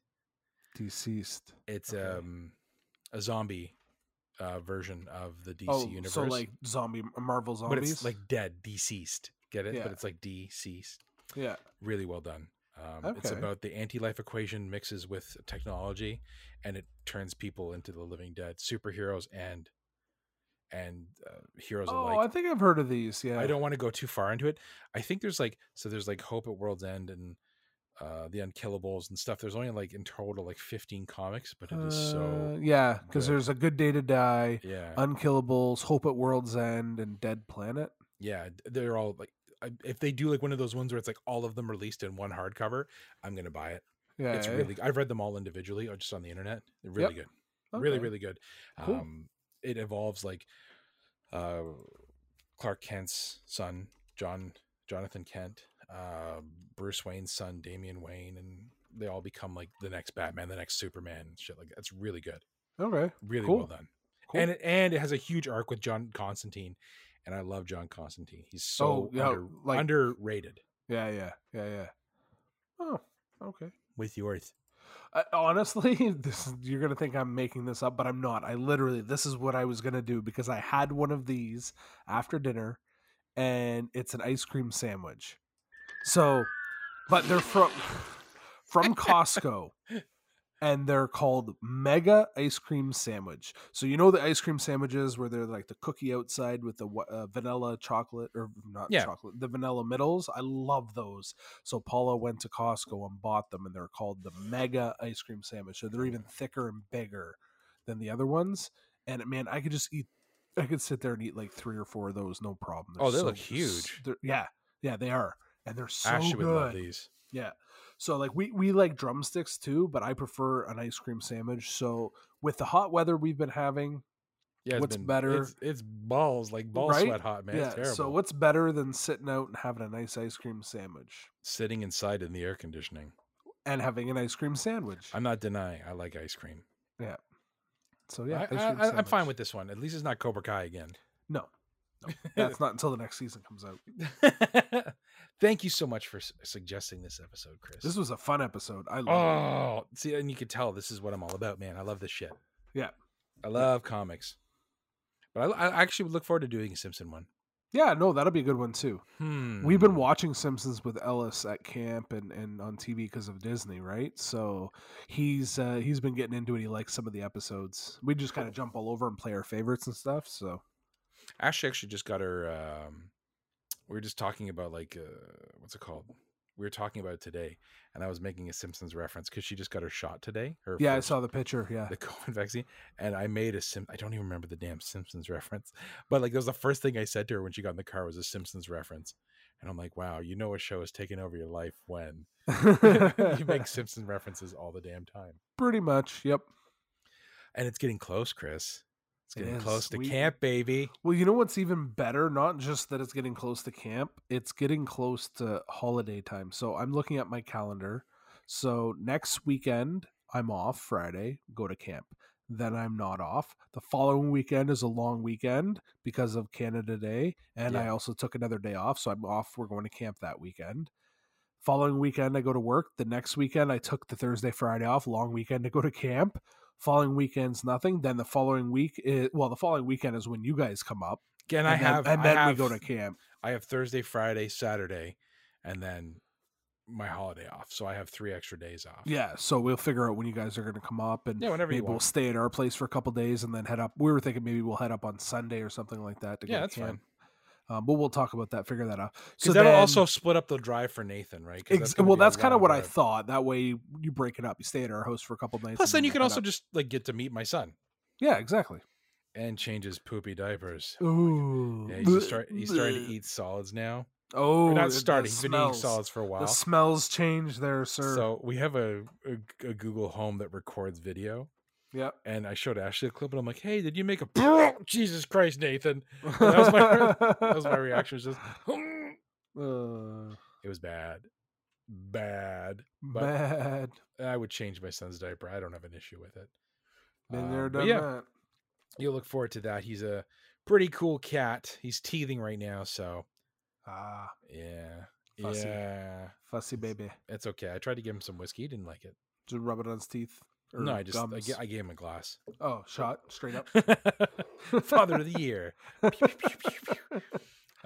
Deceased. It's Okay. um a zombie uh version of the DC oh, universe. so like zombie Marvel but zombies. it's like dead, deceased. Get it? Yeah. But it's like deceased. yeah. Really well done. Um, It's Okay. about the anti-life equation mixes with technology, and it turns people into the living dead, superheroes and and uh, heroes Oh, alike. I think I've heard of these. Yeah. I don't want to go too far into it. I think there's like so there's like Hope at World's End and uh the Unkillables and stuff. There's only like in total like 15 comics, but it is Uh, so yeah, because good. there's a good day to die, yeah. Unkillables, Hope at World's End, and Dead Planet. yeah, d- they're all like I- if they do like one of those ones where it's like all of them released in one hardcover, I'm going to buy it. Yeah. It's eh? really I've read them all individually or just on the internet. They're really good. really Okay. really good Cool. um it involves like uh clark kent's son john jonathan kent uh bruce wayne's son damian wayne and they all become like the next batman the next superman and shit like that. it's really good okay. Oh, really Cool. well done Cool. and it, and it has a huge arc with john constantine and i love john constantine he's so Oh, yeah, under- like- underrated Yeah, yeah, yeah, yeah. Oh, okay. with yours I, honestly, (laughs) this is- you're gonna think I'm making this up, but I'm not. I literally, this is what I was gonna do because I had one of these after dinner, and it's an ice cream sandwich. So, but they're from (laughs) from Costco, and they're called Mega Ice Cream Sandwich. So you know the ice cream sandwiches where they're like the cookie outside with the wa- uh, vanilla chocolate or not Yeah. chocolate, the vanilla middles. I love those. So Paula went to Costco and bought them, and they're called the Mega Ice Cream Sandwich. So they're even thicker and bigger than the other ones. And man, I could just eat. I could sit there and eat like three or four of those, no problem. Oh, they so- look huge. they're- yeah, yeah, they are, and they're so ashley good. would love these Yeah. So like we we like drumsticks too, but I prefer an ice cream sandwich. So with the hot weather we've been having, Yeah, it's What's been- better? It's, it's balls like ball Right? sweat hot, man. yeah. it's terrible. So what's better than sitting out and having a nice ice cream sandwich sitting inside in the air conditioning? and having an ice cream sandwich? I'm not denying I like ice cream. So yeah, I, ice cream I, I'm fine sandwich. with this one. At least it's not Cobra Kai (laughs) again. No, (laughs) no, that's not until the next season comes out. Thank you so much for s- suggesting this episode, Chris. This was a fun episode. I love oh, see, and you can tell this is what I'm all about, man. I love this shit. Yeah. I love comics, but I, I actually look forward to doing a Simpson one. it. Yeah, no, that'll be a good one too. Hmm. We've been watching Simpsons with Ellis at camp and, and on TV because of Disney, right? So he's uh, he's been getting into it. He likes some of the episodes. We just kind of jump all over and play our favorites and stuff. So Ashley actually just got her. Um, we were just talking about like uh, what's it called? We were talking about it today, and I was making a Simpsons reference because she just got her shot today. Her yeah, I first- saw the picture. Yeah, (laughs) the COVID vaccine, and I made a sim. I don't even remember the damn Simpsons (laughs) reference, but like that was the first thing I said to her when she got in the car was a Simpsons reference, and I'm like, wow, you know a show is taking over your life when (laughs) you make Simpson references all the damn time, pretty much. Yep. and it's getting close, Chris. It's It getting is. close to We- camp, baby. Well, you know what's even better? Not just that it's getting close to camp, it's getting close to holiday time. So I'm looking at my calendar. So next weekend, I'm off Friday, go to camp. Then I'm not off. The following weekend is a long weekend because of Canada Day. And I Yeah. also took another day off. So I'm off. We're going to camp that weekend. Following weekend, I go to work. The next weekend, I took the Thursday, Friday off, long weekend to go to camp following weekends nothing then the following week is well the following weekend is when you guys come up Again, I and then- have, and I then have, we go to camp I have Thursday, Friday, Saturday, and then my holiday off, so I have three extra days off. yeah so we'll figure out when you guys are going to come up and Yeah, whenever you maybe we'll want. stay at our place for a couple days and then head up we were thinking maybe we'll head up on sunday or something like that to go yeah, to that's fine. camp. Um, but we'll talk about that figure that out Because that'll then- also split up the drive for Nathan, right? 'Cause ex- gonna well be a that's kind of long what i drive. thought that way you, you break it up you stay at our host for a couple nights Plus, and then you can head also up. just like get to meet my son yeah exactly and change his poopy diapers. Ooh. Yeah, he's, just start, he's starting to eat solids now. oh Or the- not the starting, he's been eating smells. solids for a the while. smells change there sir So we have a, a, a Google Home that records video. yep And I showed Ashley a clip, and I'm like, "Hey, did you make a (laughs) Jesus Christ, Nathan?" (laughs) That was my- That (laughs) was my reaction. It was (laughs) just, Uh, it was bad, bad. But- bad. I would change my son's diaper. I don't have an issue with it. Been Um, there, but done yeah, that. you'll look forward to that. He's a pretty cool cat. He's teething right now, so Ah, yeah, Fussy. yeah, fussy baby. it's okay. I tried to give him some whiskey. He didn't like it. Just rub it on his teeth. or no, I just I, gums. ga- I gave him a glass. oh, shot straight up. (laughs) Father of (laughs) the year.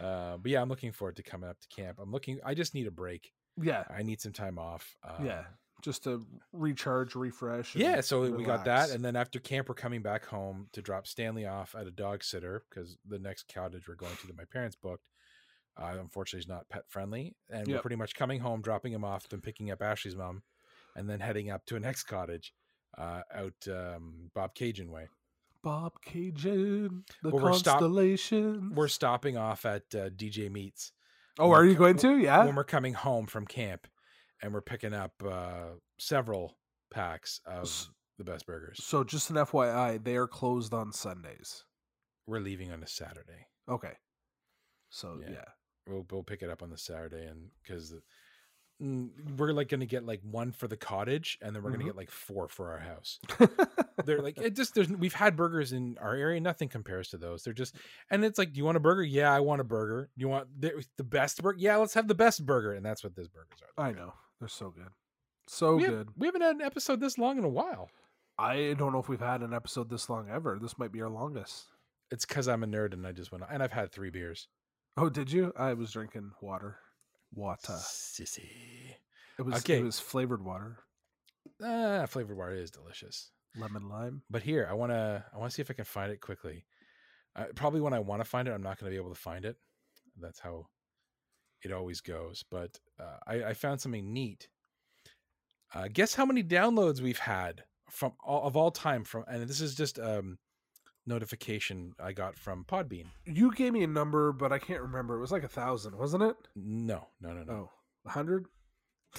Uh, but yeah, I'm looking forward to coming up to camp. I'm looking. I just need a break. (laughs) yeah, I need some time off. Um, yeah. Just to recharge, refresh. and Yeah, so we got that, relax. and then after camp, we're coming back home to drop Stanley off at a dog sitter because the next cottage we're going to that my parents booked, uh, unfortunately, is not pet friendly, and we're Yep. pretty much coming home, dropping him off, then picking up Ashley's mom, and then heading up to a next cottage uh, out um, Bob Cajun way. Bob Cajun, the Well, we're stop- constellation. We're stopping off at uh, DJ Meats oh, are you (laughs) going to? when Yeah. we're coming home from camp, and we're picking up uh, several packs of (laughs) S- the best burgers. So just an FYI, they are closed on Sundays. We're leaving on a Saturday. Okay. So Yeah. yeah, we'll we'll pick it up on the Saturday and because we're like going to get like one for the cottage and then we're going Mhm. to get like four for our house. They're like it just there's we've had burgers in our area nothing compares to those. They're just and it's like do you want a burger? Yeah, I want a burger. You want the, eh, the best burger? Yeah, let's have the best burger and that's what those burgers are. (laughs) I know they're so good, so we, Oh, good. Have, we haven't had an episode this long in a while. I don't know if we've had an episode this long ever. This might be our longest. It's cuz I'm a nerd and I just went and I've had 3 beers. Oh, did you? I was drinking water. Water. Sissy. It was Okay. it was flavored water, Ah, flavored water is delicious. lemon lime. but here i want to i want to see if i can find it quickly uh, probably when i want to find it i'm not going to be able to find it that's how it always goes but uh, I, I found something neat uh, guess how many downloads we've had from all, of all time from and this is just um notification i got from podbean You gave me a number, but I can't remember. It was like a thousand, wasn't it? no no no no Oh, (laughs) a hundred.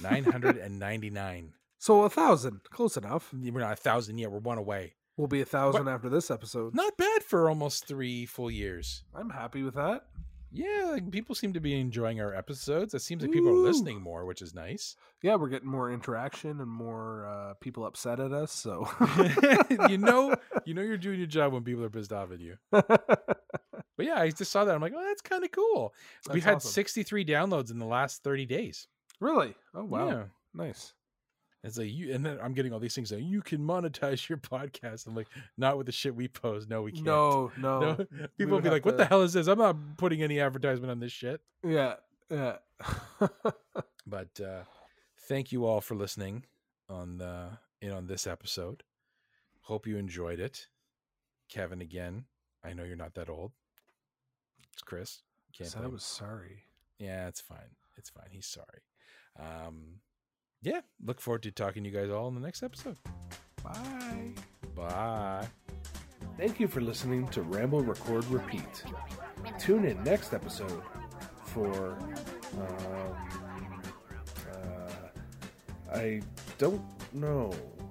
999 So a thousand, close enough. we're not a thousand yet we're one away We'll be a thousand after this episode. Not bad for almost three full years. I'm happy with that. Yeah, like, people seem to be enjoying our episodes. It seems like people are Woo. listening more, which is nice. (laughs) Yeah, we're getting more interaction and more uh, people upset at us. (laughs) So (laughs) you know, you know, you're doing your job when people are pissed off at you. But yeah, I just saw that. I'm like, oh, that's kind of cool. We've That's had awesome. 63 downloads in the last 30 days. really, oh wow, Yeah. nice. It's like you, and then I'm getting all these things that you can monetize your podcast. I'm like, not with the shit we post. No, we can't. No, no, (laughs) No. would people will be have like, "What to- the hell is this? I'm not putting any advertisement on this shit." yeah, yeah. (laughs) (laughs) But uh, thank you all for listening on the in on this episode. Hope you enjoyed it, Kevin. Again, I know you're not that old. It's Chris. Can't so I blame was sorry. Yeah, it's fine. It's fine. He's sorry. Um, yeah, look forward to talking to you guys all in the next episode. Bye. Bye. Thank you for listening to Ramble Record Repeat. Tune in next episode for. Um, uh, I don't know.